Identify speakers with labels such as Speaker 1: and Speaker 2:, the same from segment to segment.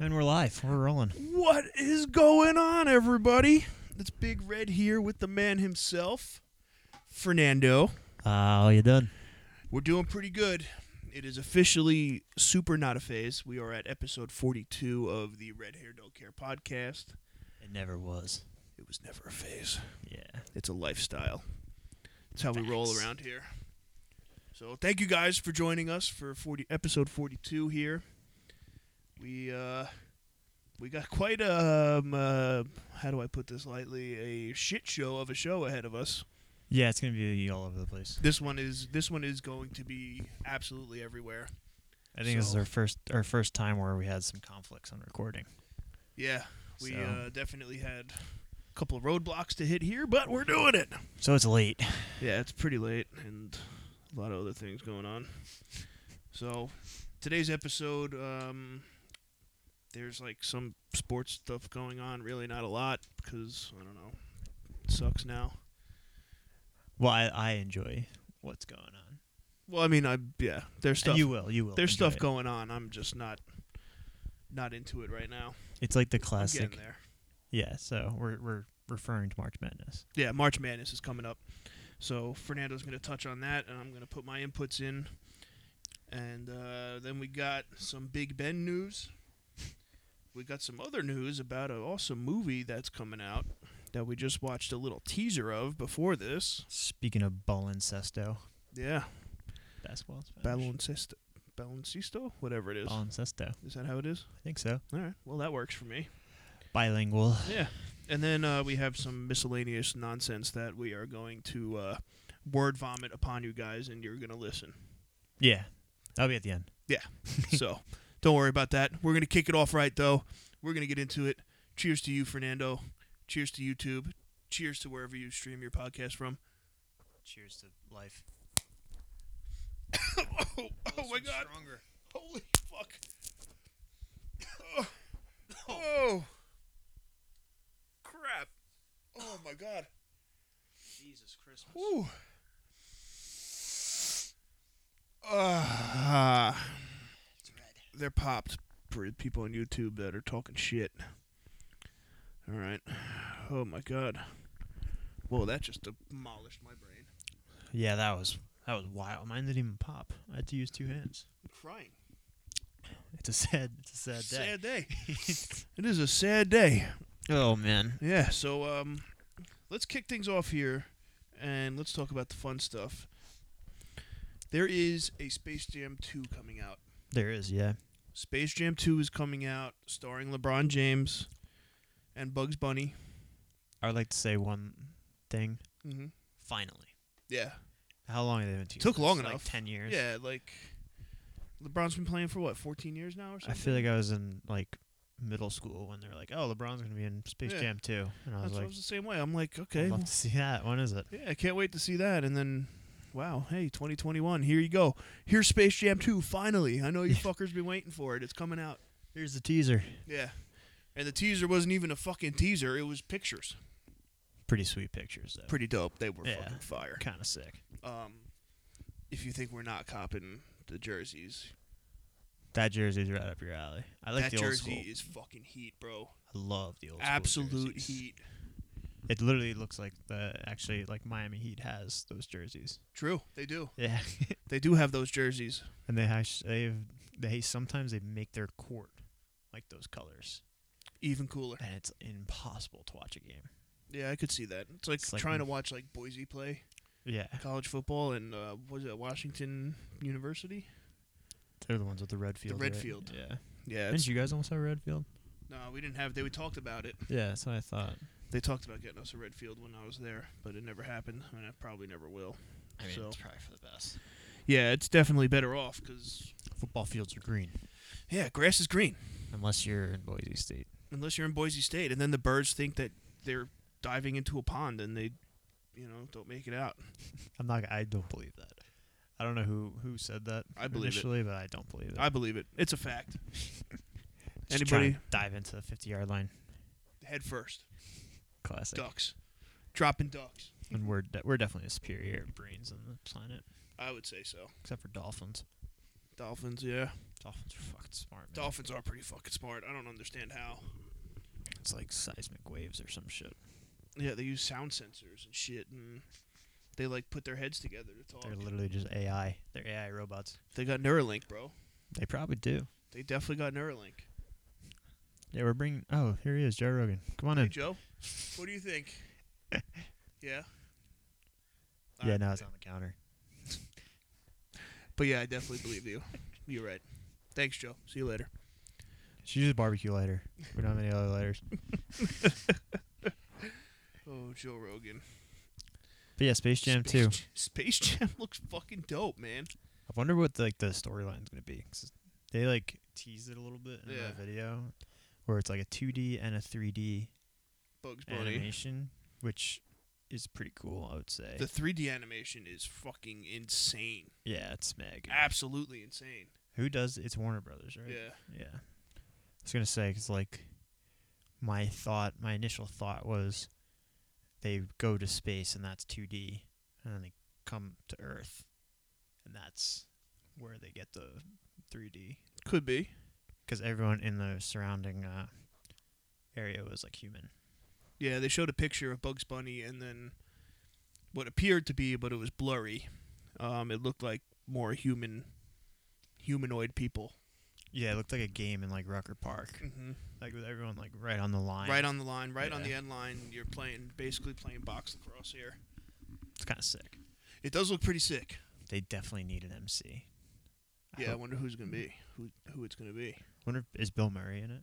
Speaker 1: And we're live. We're rolling.
Speaker 2: What is going on, everybody? It's Big Red here with the man himself, Fernando.
Speaker 1: Uh, how you doing?
Speaker 2: We're doing pretty good. It is officially super not a phase. We are at episode 42 of the Red Hair Don't Care podcast.
Speaker 1: It never was.
Speaker 2: It was never a phase.
Speaker 1: Yeah.
Speaker 2: It's a lifestyle. It's how we
Speaker 1: Facts.
Speaker 2: roll around here. So thank you guys for joining us for 40 episode 42 here. We uh we got quite a um, uh, how do I put this lightly a shit show of a show ahead of us.
Speaker 1: Yeah, it's gonna be all over the place.
Speaker 2: This one is this one is going to be absolutely everywhere.
Speaker 1: I think this is
Speaker 2: So-
Speaker 1: our first our first time where we had some conflicts on recording.
Speaker 2: Yeah, we
Speaker 1: So-
Speaker 2: uh, definitely had a couple of roadblocks to hit here, but we're doing it.
Speaker 1: So it's late.
Speaker 2: Yeah, it's pretty late and a lot of other things going on. So, today's episode, um, there's like some sports stuff going on. Really, not a lot because I don't know. It sucks now.
Speaker 1: Well, I, I enjoy what's going on.
Speaker 2: Well, I mean, I yeah,
Speaker 1: And
Speaker 2: there's stuff.
Speaker 1: you will. You will.
Speaker 2: there's
Speaker 1: enjoy
Speaker 2: stuff
Speaker 1: it.
Speaker 2: going on. I'm just not not into it right now.
Speaker 1: It's like the
Speaker 2: I'm
Speaker 1: classic.
Speaker 2: getting there.
Speaker 1: Yeah. So we're we're referring to March Madness.
Speaker 2: Yeah, March Madness is coming up. So Fernando's going to touch on that, and I'm going to put my inputs in. And uh, then we got some Big Ben news. We got some other news about an awesome movie that's coming out that we just watched a little teaser of before this.
Speaker 1: Speaking of baloncesto,
Speaker 2: Yeah,
Speaker 1: basketball. in Spanish?
Speaker 2: Baloncesto, Baloncesto, whatever it is.
Speaker 1: Baloncesto. I
Speaker 2: Is that how it is?
Speaker 1: think so.
Speaker 2: All right. Well, that works for me.
Speaker 1: Bilingual.
Speaker 2: Yeah. And then uh, we have some miscellaneous nonsense that we are going to uh, word vomit upon you guys, and you're going to listen.
Speaker 1: Yeah. That'll be at the end.
Speaker 2: so don't worry about that. We're going to kick it off right, though. We're going to get into it. Cheers to you, Fernando. Cheers to YouTube. Cheers to wherever you stream your podcast from.
Speaker 1: Cheers to life.
Speaker 2: oh, oh my God. Holy fuck. Oh. oh. Crap. Oh my God.
Speaker 1: Jesus Christmas.
Speaker 2: Whew. Ah.
Speaker 1: It's red.
Speaker 2: they're popped for people on YouTube that are talking shit. All right. Oh my god. Whoa, that just demolished my brain.
Speaker 1: Yeah, that was that was wild. Mine didn't even pop. I had to use two hands.
Speaker 2: I'm crying.
Speaker 1: It's a sad, it's a sad day.
Speaker 2: Sad day. it is a sad day.
Speaker 1: Oh man.
Speaker 2: Yeah. So um, let's kick things off here, and let's talk about the fun stuff. There is a Space Jam 2 coming out.
Speaker 1: There is, yeah.
Speaker 2: Space Jam 2 is coming out, starring LeBron James and Bugs Bunny.
Speaker 1: I would like to say one thing.
Speaker 2: Mm-hmm.
Speaker 1: Finally,
Speaker 2: Yeah.
Speaker 1: how long have they been? Together?
Speaker 2: Took long
Speaker 1: Like
Speaker 2: enough.
Speaker 1: Ten years.
Speaker 2: Yeah, like LeBron's been playing for what, 14 years now or something?
Speaker 1: I feel like I was in like middle school when they're like, "Oh, LeBron's gonna be in Space
Speaker 2: Yeah.
Speaker 1: Jam 2. and I
Speaker 2: That's
Speaker 1: was
Speaker 2: why I
Speaker 1: like,
Speaker 2: was the same way. I'm like, okay,
Speaker 1: "I'd love
Speaker 2: well,
Speaker 1: to see that. When is it?
Speaker 2: yeah, I can't wait to see that. And then, wow, hey, 2021, here you go. Here's Space Jam 2, finally. I know you fuckers been waiting for it. It's coming out.
Speaker 1: Here's the teaser.
Speaker 2: Yeah. And the teaser wasn't even a fucking teaser, it was pictures.
Speaker 1: Pretty sweet pictures though.
Speaker 2: Pretty dope. They were
Speaker 1: Yeah.
Speaker 2: fucking fire.
Speaker 1: Kind of sick.
Speaker 2: Um, if you think we're not copping the jerseys,
Speaker 1: That jersey's right up your alley. I like
Speaker 2: that
Speaker 1: the old school.
Speaker 2: jersey is fucking heat, bro.
Speaker 1: I love the old school.
Speaker 2: Absolute
Speaker 1: jerseys.
Speaker 2: heat.
Speaker 1: It literally looks like the actually like Miami Heat has those jerseys.
Speaker 2: True. They do.
Speaker 1: Yeah,
Speaker 2: They do have those jerseys.
Speaker 1: and they hash they they sometimes they make their court like those colors,
Speaker 2: Even cooler.
Speaker 1: and it's impossible to watch a game.
Speaker 2: Yeah, I could see that. It's like
Speaker 1: It's like-
Speaker 2: trying to watch like Boise play
Speaker 1: Yeah,
Speaker 2: college football and uh, was it Washington University?
Speaker 1: they're the ones with the red field.
Speaker 2: red
Speaker 1: right?
Speaker 2: field.
Speaker 1: Yeah,
Speaker 2: Yeah.
Speaker 1: didn't you guys almost have a red field?
Speaker 2: no, we didn't have. They we talked about it.
Speaker 1: Yeah, that's what I thought.
Speaker 2: They talked about getting us a red field when I was there, but it never happened, and it probably never will.
Speaker 1: I mean,
Speaker 2: So-
Speaker 1: it's probably for the best.
Speaker 2: Yeah, it's definitely better off because
Speaker 1: Football fields are green
Speaker 2: yeah, grass is green
Speaker 1: unless you're in Boise State.
Speaker 2: unless you're in Boise State, and then the birds think that they're diving into a pond and they, you know, don't make it out.
Speaker 1: I'm not. I don't believe that. I don't know who who said that.
Speaker 2: I believe it.
Speaker 1: initially, but I don't believe it.
Speaker 2: I believe it. It's a fact.
Speaker 1: Just trying
Speaker 2: anybody-
Speaker 1: to dive into the 50 yard line?
Speaker 2: Head first,
Speaker 1: Classic.
Speaker 2: ducks, dropping ducks.
Speaker 1: And we're de- we're definitely the superior brains on the planet,
Speaker 2: I would say so.
Speaker 1: except for dolphins.
Speaker 2: Dolphins, yeah.
Speaker 1: Dolphins are fucking smart, man.
Speaker 2: Dolphins are pretty fucking smart. I don't understand how.
Speaker 1: It's like seismic waves or some shit.
Speaker 2: Yeah, they use sound sensors and shit, and they like put their heads together to talk.
Speaker 1: They're literally just AI. They're AI robots.
Speaker 2: they got Neuralink, bro.
Speaker 1: They probably do.
Speaker 2: They definitely got Neuralink.
Speaker 1: Yeah, we're bringing. Oh, here he is, Joe Rogan. Come on
Speaker 2: Hey,
Speaker 1: in.
Speaker 2: Joe, what do you think? yeah.
Speaker 1: yeah,
Speaker 2: Alright,
Speaker 1: no, it's on the counter.
Speaker 2: But yeah, I definitely believe you. You're right. Thanks, Joe. See you later.
Speaker 1: She uses barbecue lighter. We don't have any other lighters.
Speaker 2: Oh, Joe Rogan.
Speaker 1: But yeah, Space Jam
Speaker 2: Space
Speaker 1: too.
Speaker 2: J- Space Jam looks fucking dope, man.
Speaker 1: I wonder what like the storyline's gonna be. 'cause they like teased it a little bit in
Speaker 2: Yeah.
Speaker 1: the video, where it's like a 2D and a 3D
Speaker 2: Bugs Bunny.
Speaker 1: animation, which is pretty cool. I would say.
Speaker 2: The 3D animation is fucking insane.
Speaker 1: yeah, it's mega.
Speaker 2: Ah. Absolutely insane.
Speaker 1: Who does? It's Warner Brothers, right?
Speaker 2: Yeah.
Speaker 1: Yeah. I was gonna say because like my thought, my initial thought was they go to space and that's 2D, and then they come to Earth, and that's where they get the 3D
Speaker 2: Could be.
Speaker 1: because everyone in the surrounding uh, area was like human.
Speaker 2: Yeah, they showed a picture of Bugs Bunny and then what appeared to be, but it was blurry. Um, it looked like more human, humanoid people.
Speaker 1: Yeah, it looked like a game in like Rucker Park,
Speaker 2: Mm-hmm.
Speaker 1: like with everyone like right on the line.
Speaker 2: Right on the line, right on
Speaker 1: Yeah.
Speaker 2: the end line. You're playing, basically playing box lacrosse here.
Speaker 1: It's kind of sick.
Speaker 2: It does look pretty sick.
Speaker 1: They definitely need an MC. I
Speaker 2: Yeah, I
Speaker 1: hope-
Speaker 2: wonder who's gonna be, who who it's gonna be.
Speaker 1: wonder is Bill Murray in it?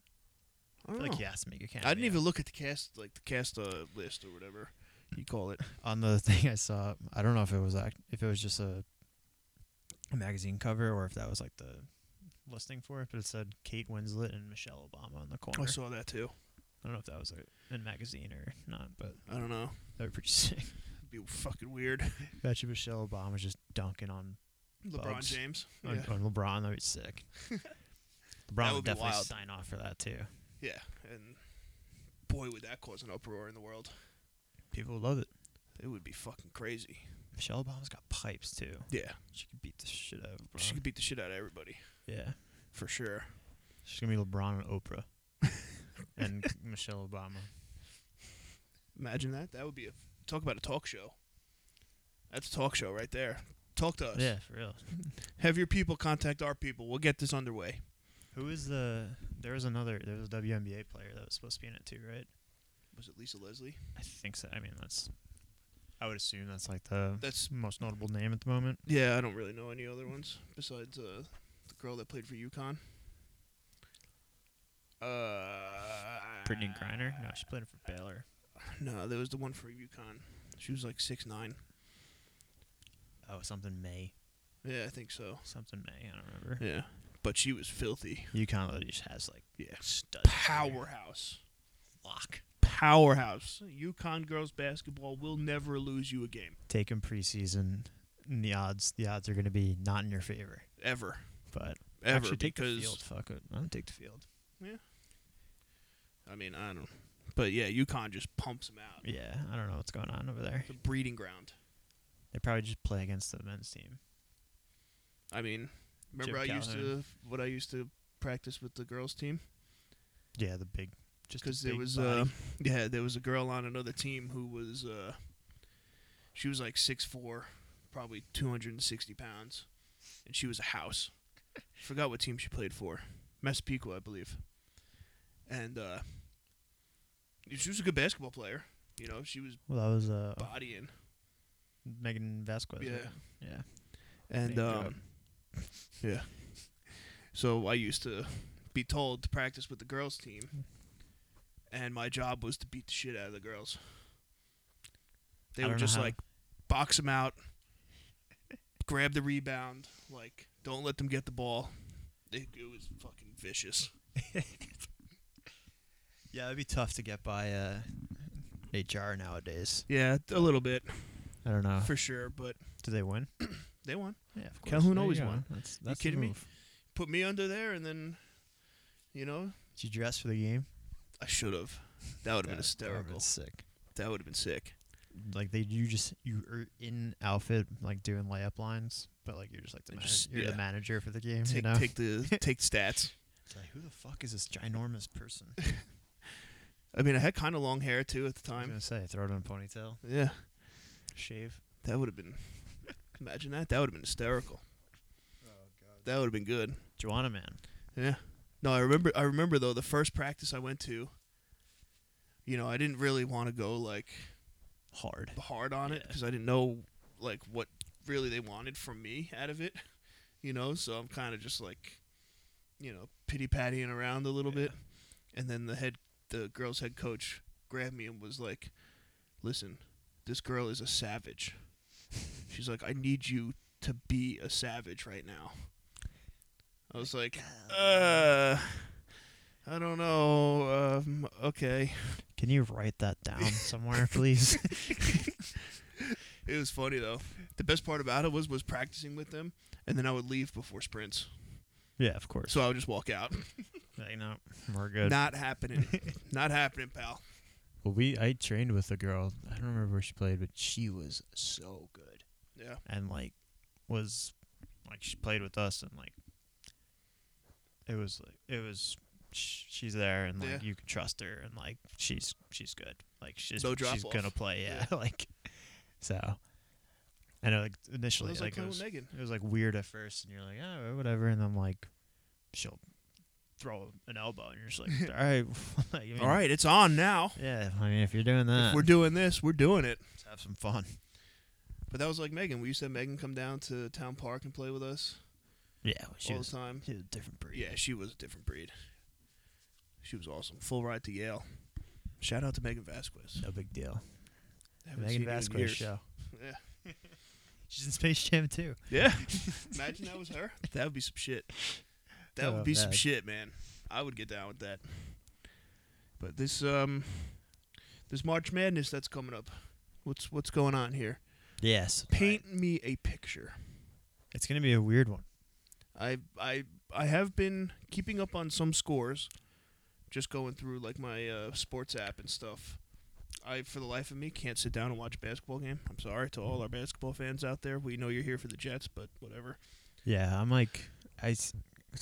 Speaker 1: I
Speaker 2: I don't
Speaker 1: feel like
Speaker 2: know.
Speaker 1: he has to make a cameo.
Speaker 2: Hmm. I didn't even look at the cast, like the cast uh, list or whatever you call it.
Speaker 1: on the thing I saw. I don't know if it was act- if it was just a, a magazine cover or if that was like the listing for it, but it said Kate Winslet and Michelle Obama on the corner.
Speaker 2: I saw that too.
Speaker 1: I don't know if that was a, in magazine or not, but
Speaker 2: I don't know.
Speaker 1: that would be pretty sick.
Speaker 2: It'd be fucking weird.
Speaker 1: Imagine Michelle Obama just dunking on
Speaker 2: LeBron
Speaker 1: Bugs.
Speaker 2: James.
Speaker 1: on,
Speaker 2: Yeah.
Speaker 1: on LeBron. That'd be sick. LeBron
Speaker 2: would
Speaker 1: would,
Speaker 2: be
Speaker 1: definitely
Speaker 2: wild.
Speaker 1: sign off for that too.
Speaker 2: Yeah, and boy, would that cause an uproar in the world.
Speaker 1: People would love it.
Speaker 2: It would be fucking crazy.
Speaker 1: Michelle Obama's got pipes too.
Speaker 2: Yeah,
Speaker 1: She could beat the shit out of
Speaker 2: she
Speaker 1: LeBron.
Speaker 2: could beat the shit out of everybody
Speaker 1: yeah,
Speaker 2: for sure.
Speaker 1: she's gonna be LeBron and Oprah, and Michelle Obama.
Speaker 2: Imagine that. That would be a talk about a talk show. That's a talk show right there. Talk to us.
Speaker 1: Yeah, for real.
Speaker 2: Have your people contact our people. We'll get this underway.
Speaker 1: Who is the? There was another. There was a WNBA player that was supposed to be in it too, right?
Speaker 2: Was it Lisa Leslie?
Speaker 1: I think so. I mean, that's. I would assume that's like the
Speaker 2: That's
Speaker 1: most notable name at the moment.
Speaker 2: yeah. I don't really know any other ones besides uh, the girl that played for UConn. Uh,
Speaker 1: Brittany Griner. No, she played for Baylor.
Speaker 2: No, there was the one for UConn. She was like six nine.
Speaker 1: Oh, something May.
Speaker 2: Yeah, I think so.
Speaker 1: Something May. I don't remember.
Speaker 2: Yeah, but she was filthy.
Speaker 1: UConn literally just has like
Speaker 2: Yeah,
Speaker 1: stud
Speaker 2: powerhouse,
Speaker 1: lock.
Speaker 2: powerhouse. UConn girls basketball will never lose you a game
Speaker 1: Take them preseason. And the odds, the odds are going to be not in your favor.
Speaker 2: ever,
Speaker 1: But
Speaker 2: ever.
Speaker 1: actually, take
Speaker 2: because
Speaker 1: the field. Fuck it. I'm gonna take the field.
Speaker 2: I mean, I don't. But yeah, UConn just pumps them out.
Speaker 1: Yeah, I don't know what's going on over there.
Speaker 2: The breeding ground.
Speaker 1: They probably just play against the men's team.
Speaker 2: I mean, remember
Speaker 1: Jim
Speaker 2: I used to
Speaker 1: Calhoun.
Speaker 2: what I used to practice with the girls team
Speaker 1: Yeah, the big. Just
Speaker 2: because there was uh yeah there was a girl on another team who was uh she was like six four, probably two hundred and sixty pounds, and she was a house. Forgot what team she played for, Massapequa, I believe. And uh, she was a good basketball player. You know, she was
Speaker 1: Well, that was
Speaker 2: Oh,
Speaker 1: uh,
Speaker 2: bodying.
Speaker 1: Megan Vasquez.
Speaker 2: Yeah.
Speaker 1: right? Yeah. Name
Speaker 2: And
Speaker 1: drop.
Speaker 2: um, yeah. So I used to be told to practice with the girls team, and my job was to beat the shit out of the girls. They
Speaker 1: I
Speaker 2: would
Speaker 1: don't know
Speaker 2: just
Speaker 1: how-
Speaker 2: like box them out, grab the rebound, like don't let them get the ball. It, it was fucking vicious.
Speaker 1: Yeah, it'd be tough to get by uh, HR nowadays.
Speaker 2: Yeah, a little bit
Speaker 1: I don't know.
Speaker 2: for sure, but
Speaker 1: Do they win?
Speaker 2: they won.
Speaker 1: Yeah, of course.
Speaker 2: Calhoun
Speaker 1: There you
Speaker 2: always
Speaker 1: go.
Speaker 2: won.
Speaker 1: That's, that's the
Speaker 2: kidding me?
Speaker 1: move.
Speaker 2: Put me under there, and then, you know,
Speaker 1: Did you dress for the game?
Speaker 2: I should have. That would have been
Speaker 1: Yeah, that would've
Speaker 2: hysterical.
Speaker 1: Sick.
Speaker 2: That would have been sick.
Speaker 1: like they you just you are in outfit like doing layup lines, but like you're just like the
Speaker 2: They
Speaker 1: man-
Speaker 2: just-
Speaker 1: you're
Speaker 2: yeah.
Speaker 1: the manager for the game.
Speaker 2: Take
Speaker 1: you know,
Speaker 2: take the take stats.
Speaker 1: It's like who the fuck is this ginormous person?
Speaker 2: I mean, I had kind of long hair too at the
Speaker 1: I was
Speaker 2: time.
Speaker 1: gonna say throw it in a ponytail,
Speaker 2: Yeah,
Speaker 1: shave.
Speaker 2: that would have been. Imagine that. That would have been hysterical.
Speaker 1: Oh,
Speaker 2: That would have been good.
Speaker 1: Joanna man,
Speaker 2: Yeah. No, I remember. I remember though the first practice I went to. You know, I didn't really want to go like
Speaker 1: hard.
Speaker 2: hard on it
Speaker 1: Yeah.
Speaker 2: because I didn't know like what really they wanted from me out of it. You know, so I'm kind of just like, you know, pity pattying around a little bit, and then the head, the girls' head coach grabbed me and was like, "Listen, this girl is a savage." She's like, "I need you to be a savage right now." I was like, uh, I don't know. Um, okay.
Speaker 1: Can you write that down somewhere, please?
Speaker 2: It was funny though. The best part about it was was practicing with them, and then I would leave before sprints,
Speaker 1: yeah, of course.
Speaker 2: so I would just walk out.
Speaker 1: Like, no, we're good.
Speaker 2: Not happening. Not happening, pal.
Speaker 1: Well, we I trained with a girl. I don't remember where she played, but she was so good
Speaker 2: Yeah.
Speaker 1: and like was like she played with us and like it was like it was sh- she's there and like
Speaker 2: Yeah.
Speaker 1: you can trust her and like she's she's good like she's
Speaker 2: No drop
Speaker 1: she's
Speaker 2: off.
Speaker 1: gonna play yeah, like so I know like
Speaker 2: I
Speaker 1: initially
Speaker 2: was like
Speaker 1: like "Oh, it
Speaker 2: playing
Speaker 1: was,
Speaker 2: with Megan.
Speaker 1: it was like weird at first and you're like oh whatever and then like she'll throw an elbow and you're just like all right like, I mean, uh.
Speaker 2: All right, it's on now.
Speaker 1: yeah I mean if you're doing that
Speaker 2: If we're doing this, we're doing it.
Speaker 1: Let's have some fun.
Speaker 2: But that was like Megan. We used to have Megan come down to town park and play with us
Speaker 1: Yeah, well, she
Speaker 2: all
Speaker 1: was,
Speaker 2: the time.
Speaker 1: she was a different breed.
Speaker 2: Yeah, she was a different breed. She was awesome. Full ride to Yale. Shout out to Megan Vasquez.
Speaker 1: no big deal.
Speaker 2: Haven't
Speaker 1: Megan
Speaker 2: seen you in
Speaker 1: Vasquez
Speaker 2: years.
Speaker 1: show.
Speaker 2: Yeah.
Speaker 1: She's in Space Jam too.
Speaker 2: Yeah. Imagine that was her. That would be some shit. That
Speaker 1: Oh,
Speaker 2: would be some
Speaker 1: man.
Speaker 2: shit, man. I would get down with that. But this um this March Madness that's coming up. What's what's going on here?
Speaker 1: Yes.
Speaker 2: Paint me a picture.
Speaker 1: It's gonna be a weird one.
Speaker 2: I I I have been keeping up on some scores just going through like my uh, sports app and stuff. I for the life of me can't sit down and watch a basketball game. I'm sorry to all our basketball fans out there. We know you're here for the Jets, but whatever.
Speaker 1: Yeah, I'm like, I, s-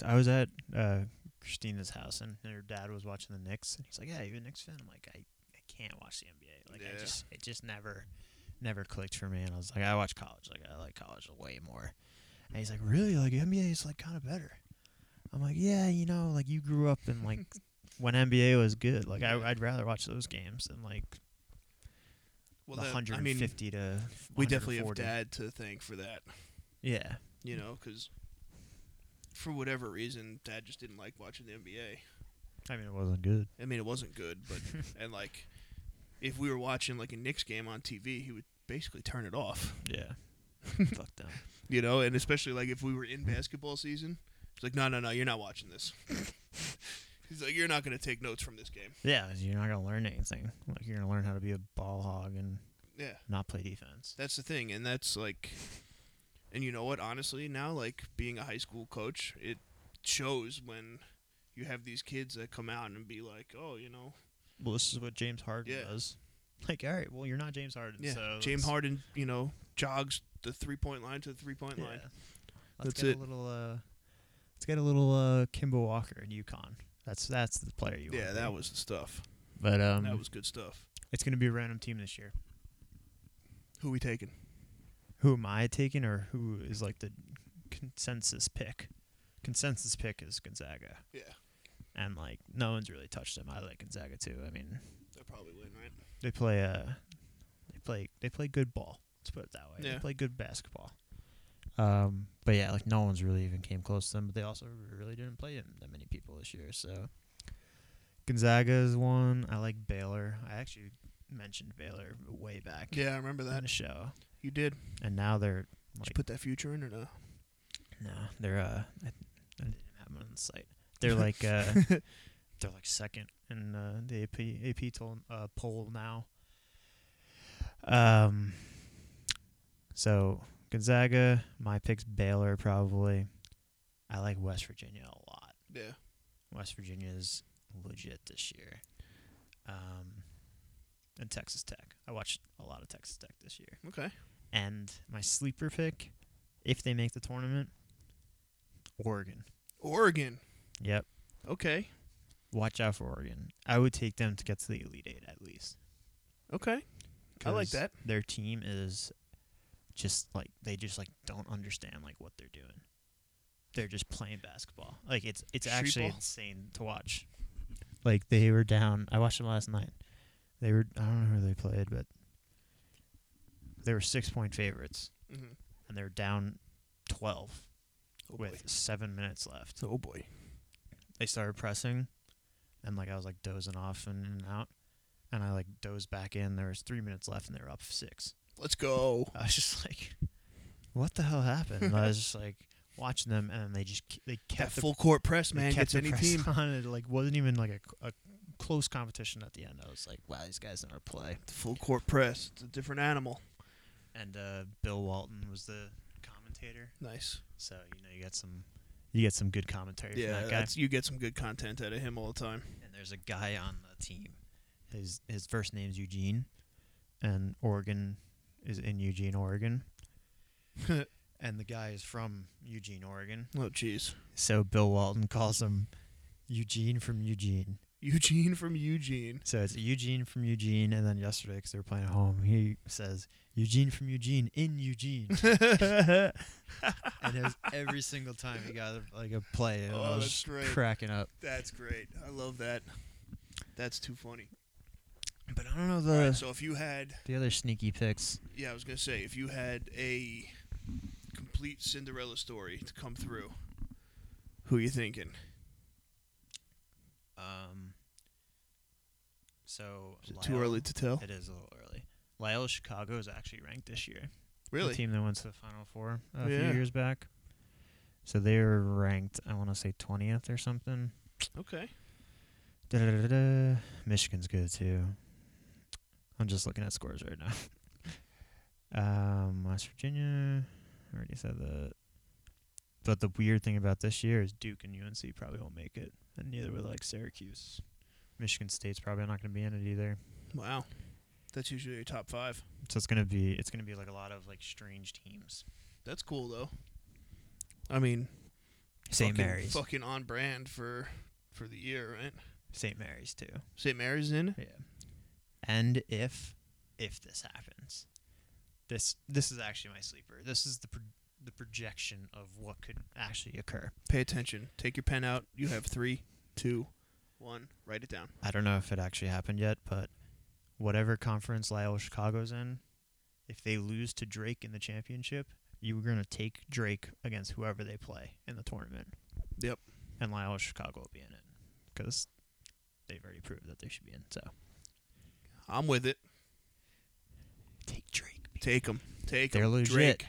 Speaker 1: I was at uh, Christina's house and her dad was watching the Knicks and he's like, "Yeah, you're a Knicks fan." I'm like, I, I can't watch the NBA. Like,
Speaker 2: Yeah.
Speaker 1: I just, it just never, never clicked for me. And I was like, I watch college. Like, I like college way more. And he's like, really? Like NBA is like kind of better. I'm like, yeah, you know, like you grew up in like when NBA was good. Like, I, I'd rather watch those games than like
Speaker 2: Well,
Speaker 1: the
Speaker 2: that-
Speaker 1: 150 to
Speaker 2: we definitely have
Speaker 1: 140.
Speaker 2: dad to thank for that
Speaker 1: Yeah,
Speaker 2: you know because for whatever reason dad just didn't like watching the nba
Speaker 1: I mean it wasn't good.
Speaker 2: i mean it wasn't good but and like if we were watching like a Knicks game on tv he would basically turn it off
Speaker 1: Yeah, fuck them.
Speaker 2: you know and especially like if we were in basketball season it's like no no no you're not watching this he's like you're not going to take notes from this game
Speaker 1: Yeah, 'cause you're not gonna learn anything. Like you're gonna learn how to be a ball hog and
Speaker 2: yeah
Speaker 1: not play defense.
Speaker 2: That's the thing, and that's like, and you know what? Honestly, now like being a high school coach, it shows when you have these kids that come out and be like, oh, you know,
Speaker 1: Well, this is what James Harden
Speaker 2: Yeah.
Speaker 1: does. Like, all right, well, you're not James Harden.
Speaker 2: yeah,
Speaker 1: so
Speaker 2: James
Speaker 1: let's-
Speaker 2: Harden, you know, jogs the three point line to the three point
Speaker 1: yeah.
Speaker 2: line.
Speaker 1: Let's
Speaker 2: That's
Speaker 1: get
Speaker 2: it.
Speaker 1: a little. Uh, let's get a little uh, Kimba Walker in UConn. That's that's the player you.
Speaker 2: Yeah,
Speaker 1: want
Speaker 2: that was the stuff.
Speaker 1: But um,
Speaker 2: that was good stuff.
Speaker 1: it's gonna be a random team this year.
Speaker 2: Who we taking?
Speaker 1: Who am I taking, or who is like the consensus pick? Consensus pick is Gonzaga,
Speaker 2: Yeah,
Speaker 1: and like no one's really touched them. I like Gonzaga too. I mean,
Speaker 2: they probably win, right?
Speaker 1: they play uh they play they play good ball. Let's put it that way.
Speaker 2: Yeah.
Speaker 1: They play good basketball. Um, but yeah, like no one's really even came close to them. But they also really didn't play in that many people this year. So Gonzaga is one. I like Baylor. I actually mentioned Baylor way back
Speaker 2: Yeah, I remember
Speaker 1: in
Speaker 2: that.
Speaker 1: the show,
Speaker 2: You did.
Speaker 1: and now they're
Speaker 2: Did you
Speaker 1: like
Speaker 2: put that future in or no?
Speaker 1: no, they're uh I, I didn't have them on the site. They're like uh they're like second in uh, the AP AP toll, uh, poll now. Um, so Gonzaga, my picks Baylor probably. I like West Virginia a lot.
Speaker 2: Yeah.
Speaker 1: West Virginia's legit this year. Um, and Texas Tech. I watched a lot of Texas Tech this year.
Speaker 2: Okay.
Speaker 1: And my sleeper pick, if they make the tournament, Oregon.
Speaker 2: Oregon.
Speaker 1: Yep.
Speaker 2: Okay.
Speaker 1: Watch out for Oregon. I would take them to get to the Elite Eight at least.
Speaker 2: Okay. I like
Speaker 1: 'cause
Speaker 2: that.
Speaker 1: Their team is just like they just like don't understand like what they're doing. They're just playing basketball. Like it's it's actually
Speaker 2: Streetball?
Speaker 1: insane to watch. Like they were down. I watched them last night. They were I don't know who they played, but they were six point favorites
Speaker 2: Mhm.
Speaker 1: and they're down twelve
Speaker 2: Oh boy.
Speaker 1: with seven minutes left.
Speaker 2: Oh boy.
Speaker 1: They started pressing, and like I was like dozing off and, and out, and I like dozed back in. There was three minutes left, and they were up six.
Speaker 2: Let's go.
Speaker 1: I was just like, "What the hell happened?" And I was just like watching them, and they just k- they
Speaker 2: That
Speaker 1: kept the,
Speaker 2: full court press,
Speaker 1: they
Speaker 2: man,
Speaker 1: kept
Speaker 2: gets
Speaker 1: the
Speaker 2: any
Speaker 1: press
Speaker 2: team.
Speaker 1: on. It like wasn't even like a, c- a close competition at the end. I was like, "Wow, these guys never play."
Speaker 2: Full court press. It's a different animal.
Speaker 1: And uh, Bill Walton was the commentator,
Speaker 2: Nice.
Speaker 1: so you know you got some you get some good commentary from
Speaker 2: Yeah,
Speaker 1: that guy.
Speaker 2: that's, you get some good content out of him all the time.
Speaker 1: and there's a guy on the team. His his first name's Eugene, and Oregon is in Eugene, Oregon. and the guy is from Eugene, Oregon.
Speaker 2: Oh, jeez.
Speaker 1: So Bill Walton calls him Eugene from Eugene.
Speaker 2: Eugene from Eugene.
Speaker 1: So it's Eugene from Eugene, and then yesterday, because they were playing at home, he says Eugene from Eugene in Eugene, and it was every single time he got like a play. and I
Speaker 2: Oh,
Speaker 1: was
Speaker 2: that's
Speaker 1: just
Speaker 2: great.
Speaker 1: cracking up.
Speaker 2: That's great. I love that. That's too funny.
Speaker 1: But I don't know the
Speaker 2: All right, so if you had,
Speaker 1: the other sneaky picks.
Speaker 2: yeah, I was gonna say, if you had a complete Cinderella story to come through, who you thinking?
Speaker 1: Um. So
Speaker 2: Is it too early to tell?
Speaker 1: It is a little early. Lyle Chicago is actually ranked this year. the
Speaker 2: Really?
Speaker 1: team that went to the Final Four a
Speaker 2: Yeah.
Speaker 1: few years back. So they were ranked, I want to say twentieth or something.
Speaker 2: Okay.
Speaker 1: Da-da-da-da. Michigan's good too. I'm just looking at scores right now. um, West Virginia, I already said that. But the weird thing about this year is Duke and UNC probably won't make it, and neither will like Syracuse. Michigan State's probably not going to be in it either.
Speaker 2: Wow. That's usually your top five.
Speaker 1: So it's gonna be it's gonna be like a lot of like strange teams.
Speaker 2: That's cool though. I mean,
Speaker 1: St.
Speaker 2: fucking-
Speaker 1: Mary's,
Speaker 2: fucking on brand for for the year, right?
Speaker 1: St. Mary's too.
Speaker 2: St. Mary's in.
Speaker 1: Yeah. And if if this happens, this this is actually my sleeper. This is the pro- the projection of what could actually occur.
Speaker 2: Pay attention. Take your pen out. You have three, two, one. Write it down.
Speaker 1: I don't know if it actually happened yet, but whatever conference Lyle Chicago's in, if they lose to Drake in the championship, you were gonna take Drake against whoever they play in the tournament.
Speaker 2: Yep.
Speaker 1: And Lyle Chicago will be in it because they've already proved that they should be in. So
Speaker 2: I'm with it.
Speaker 1: take Drake.
Speaker 2: Take them. Take them.
Speaker 1: They're legit.
Speaker 2: Drake.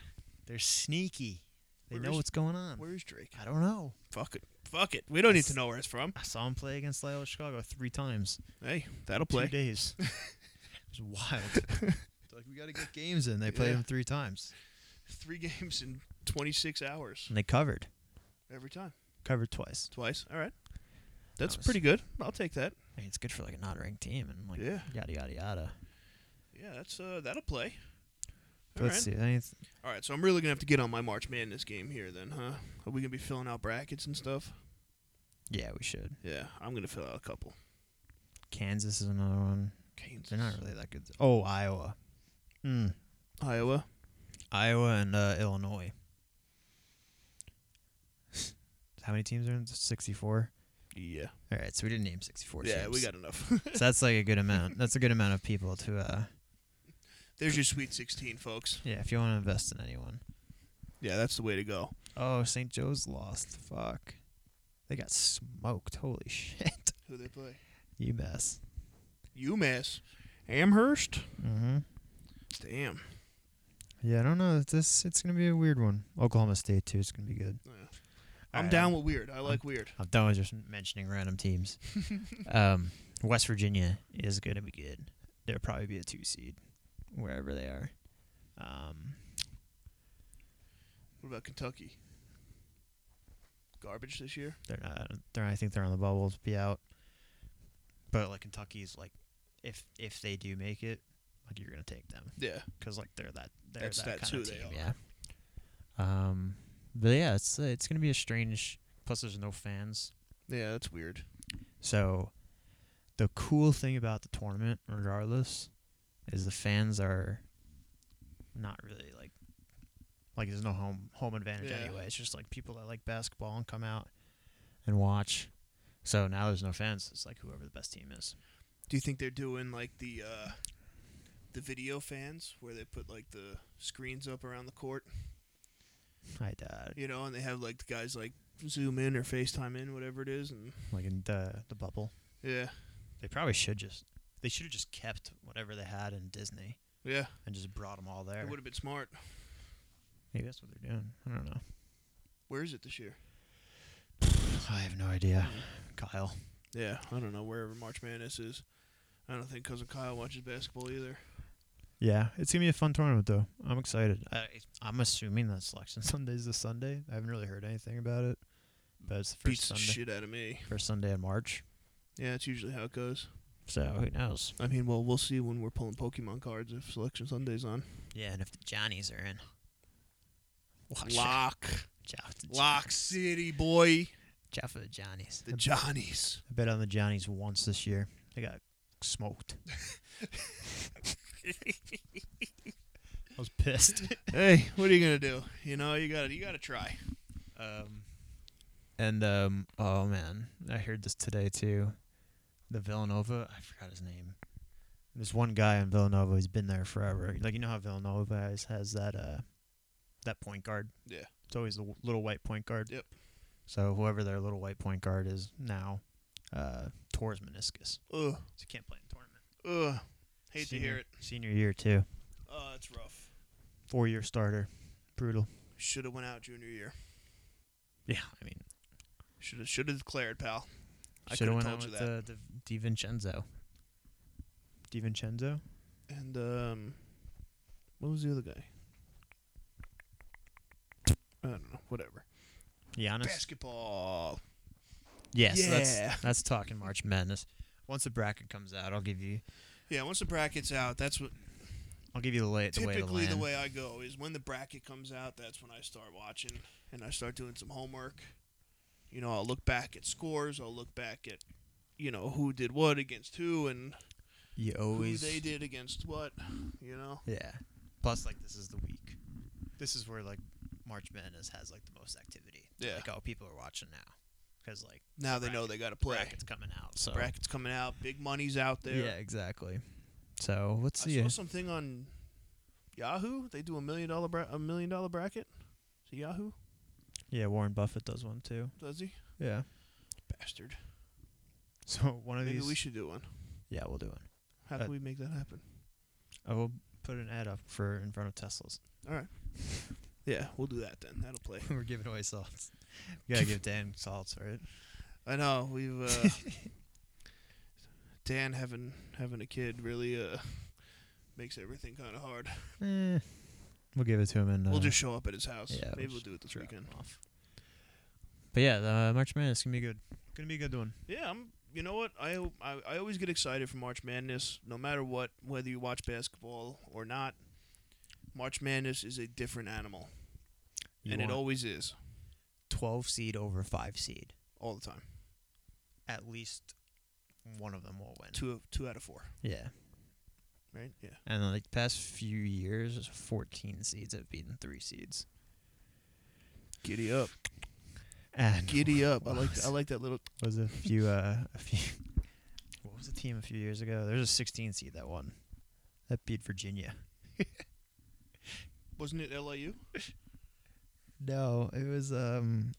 Speaker 1: They're sneaky. They know
Speaker 2: Where's-
Speaker 1: what's going on.
Speaker 2: Where's Drake?
Speaker 1: I don't know.
Speaker 2: Fuck it. Fuck it. We don't need
Speaker 1: It's-
Speaker 2: to know where it's from.
Speaker 1: I saw him play against Loyola Chicago three times,
Speaker 2: Hey, that'll
Speaker 1: two
Speaker 2: play.
Speaker 1: days. it was wild. They're like we got to get games in. They played
Speaker 2: Yeah.
Speaker 1: him three times,
Speaker 2: Three games in 26 hours
Speaker 1: and they covered,
Speaker 2: every time.
Speaker 1: covered twice.
Speaker 2: Twice. All right. That's
Speaker 1: That was-
Speaker 2: pretty good. I'll take that.
Speaker 1: I mean, it's good for like a not ranked team, and like
Speaker 2: Yeah.
Speaker 1: yada yada yada.
Speaker 2: Yeah, that's uh that'll play.
Speaker 1: But
Speaker 2: All
Speaker 1: let's
Speaker 2: right.
Speaker 1: see. Any,
Speaker 2: All right, so I'm really going to have to get on my March Madness game here then, huh? Are we going to be filling out brackets and stuff?
Speaker 1: yeah, we should.
Speaker 2: Yeah, I'm going to fill out a couple.
Speaker 1: Kansas is another one.
Speaker 2: Kansas.
Speaker 1: They're not really that good. Oh, Iowa. Mm.
Speaker 2: Iowa.
Speaker 1: Iowa and uh, Illinois. How many teams are in? Sixty-four.
Speaker 2: Yeah.
Speaker 1: All right, so we didn't name sixty-four.
Speaker 2: Yeah,
Speaker 1: teams.
Speaker 2: we got enough.
Speaker 1: So that's like a good amount. That's a good amount of people to. uh
Speaker 2: There's your Sweet 16, folks.
Speaker 1: Yeah, if you want to invest in anyone.
Speaker 2: Yeah, that's the way to go.
Speaker 1: Oh, St. Joe's lost. Fuck. They got smoked. Holy shit.
Speaker 2: Who they play?
Speaker 1: UMass.
Speaker 2: UMass. Amherst.
Speaker 1: Mm-hmm.
Speaker 2: Damn.
Speaker 1: Yeah, I don't know. This it's gonna be a weird one. Oklahoma State too. It's gonna be good.
Speaker 2: Yeah.
Speaker 1: All
Speaker 2: I'm
Speaker 1: right,
Speaker 2: down with weird. I like weird.
Speaker 1: I'm done with just mentioning random teams. um, West Virginia is gonna be good. They'll probably be a two seed wherever they are. Um,
Speaker 2: What about Kentucky? Garbage this year?
Speaker 1: uh, they're not. They're. I think they're on the bubble to be out. But like Kentucky's like if if they do make it, like you're gonna take them
Speaker 2: Yeah,
Speaker 1: because like they're that they're
Speaker 2: That's-
Speaker 1: that
Speaker 2: that's
Speaker 1: kind
Speaker 2: who
Speaker 1: of team.
Speaker 2: they are.
Speaker 1: Yeah. Um, but yeah, it's uh, it's gonna be a strange. Plus, there's no fans,
Speaker 2: yeah, that's weird.
Speaker 1: so the cool thing about the tournament, regardless, is the fans are not really like like there's no home home advantage
Speaker 2: Yeah.
Speaker 1: anyway. It's just like people that like basketball and come out and watch. So now there's no fans. It's like whoever the best team is.
Speaker 2: Do you think they're doing like the uh, the video fans where they put like the screens up around the court,
Speaker 1: I doubt it.
Speaker 2: you know, and they have like the guys like zoom in or FaceTime in, whatever it is, and
Speaker 1: like in the the bubble.
Speaker 2: yeah,
Speaker 1: They probably should just they should have just kept whatever they had in Disney
Speaker 2: yeah,
Speaker 1: and just brought them all there.
Speaker 2: it would have been smart.
Speaker 1: Maybe that's what they're doing. I don't know.
Speaker 2: Where is it this year?
Speaker 1: I have no idea,
Speaker 2: Hmm.
Speaker 1: Kyle.
Speaker 2: Yeah, I don't know wherever March Madness is. I don't think cousin Kyle watches basketball either.
Speaker 1: Yeah, it's gonna be a fun tournament though. I'm excited. I, I'm assuming that selection Sunday's this Sunday. I haven't really heard anything about it, but it's the first
Speaker 2: Beats the
Speaker 1: Sunday,
Speaker 2: shit out of me.
Speaker 1: first Sunday in March.
Speaker 2: Yeah, that's usually how it goes.
Speaker 1: So who knows?
Speaker 2: I mean, well, we'll see when we're pulling Pokemon cards if Selection Sunday's on.
Speaker 1: Yeah, and if the Johnnies are in, watch
Speaker 2: Lock,
Speaker 1: it. Job for the
Speaker 2: Lock City, boy.
Speaker 1: Johnnies. Job for the Johnnies.
Speaker 2: The Johnnies.
Speaker 1: I bet on the Johnnies once this year. They got smoked. I was pissed.
Speaker 2: hey, what are you gonna do? You know, you gotta, you gotta try.
Speaker 1: Um, and um, oh man, I heard this today too. The Villanova, I forgot his name. There's one guy in Villanova. He's been there forever. Like you know how Villanova has, has that uh, that point guard.
Speaker 2: Yeah.
Speaker 1: It's always the w- little white point guard.
Speaker 2: Yep.
Speaker 1: So whoever their little white point guard is now, uh, tore his meniscus,
Speaker 2: Ugh,
Speaker 1: so he can't play in the tournament.
Speaker 2: ugh. Hate to hear
Speaker 1: Senior-
Speaker 2: it.
Speaker 1: Senior year too.
Speaker 2: Oh, it's rough.
Speaker 1: Four year starter. Brutal.
Speaker 2: Should have went out junior year.
Speaker 1: Yeah, I mean,
Speaker 2: Should have, should have declared, pal. I
Speaker 1: should
Speaker 2: coulda
Speaker 1: have went
Speaker 2: told
Speaker 1: out
Speaker 2: you
Speaker 1: with
Speaker 2: that.
Speaker 1: the, the DiVincenzo. DiVincenzo?
Speaker 2: And um, what was the other guy? I don't know. Whatever.
Speaker 1: Giannis?
Speaker 2: Basketball.
Speaker 1: Yes,
Speaker 2: Yeah.
Speaker 1: that's that's talking March Madness. Once the bracket comes out, I'll give you
Speaker 2: Yeah. Once the bracket's out, that's what
Speaker 1: I'll give you the lay the way to
Speaker 2: typically
Speaker 1: land.
Speaker 2: the way I go is when the bracket comes out. That's when I start watching and I start doing some homework. You know, I'll look back at scores. I'll look back at, you know, who did what against who and
Speaker 1: you always
Speaker 2: who they did against what. You know.
Speaker 1: Yeah. Plus like this is the week. This is where like March Madness has like the most activity.
Speaker 2: Yeah.
Speaker 1: Like oh people are watching now. Cuz like
Speaker 2: Now they know they got to play.
Speaker 1: brackets coming out. So
Speaker 2: Brackets coming out. Big money's out there.
Speaker 1: Yeah, exactly. So, let's
Speaker 2: I
Speaker 1: see.
Speaker 2: saw something on Yahoo. They do a million dollar bra- a million dollar bracket. Is it Yahoo?
Speaker 1: Yeah, Warren Buffett does one too.
Speaker 2: Does he?
Speaker 1: Yeah.
Speaker 2: Bastard.
Speaker 1: So, one of
Speaker 2: Maybe
Speaker 1: these
Speaker 2: we should do one.
Speaker 1: Yeah, we'll do one.
Speaker 2: How
Speaker 1: Uh,
Speaker 2: can we make that happen?
Speaker 1: I will put an ad up for in front of Tesla's.
Speaker 2: All right. Yeah, we'll do that then. That'll play.
Speaker 1: We're giving away salts. We gotta give Dan salts, right?
Speaker 2: I know we've uh, Dan having having a kid really uh makes everything kind of hard.
Speaker 1: Eh, we'll give it to him and uh,
Speaker 2: we'll just show up at his house.
Speaker 1: yeah,
Speaker 2: Maybe
Speaker 1: we'll
Speaker 2: we'll
Speaker 1: just
Speaker 2: do it this
Speaker 1: drop
Speaker 2: weekend.
Speaker 1: him off. But yeah, the uh, March Madness gonna be good. Gonna be a good one.
Speaker 2: Yeah, I'm. You know what? I, I I always get excited for March Madness, no matter what, whether you watch basketball or not. March Madness is a different animal,
Speaker 1: You
Speaker 2: and it
Speaker 1: want
Speaker 2: always is,
Speaker 1: twelve seed over five seed.
Speaker 2: all the time.
Speaker 1: At least one of them will win.
Speaker 2: Two of two out of four,
Speaker 1: Yeah,
Speaker 2: right? Yeah.
Speaker 1: and like the past few years, there's fourteen seeds have beaten three seeds.
Speaker 2: Giddy up,
Speaker 1: And
Speaker 2: giddy up. I like I like that little.
Speaker 1: was a few uh, a few. What was the team a few years ago? There's a sixteen seed that won. That beat Virginia.
Speaker 2: Wasn't it LIU?
Speaker 1: No, it was um.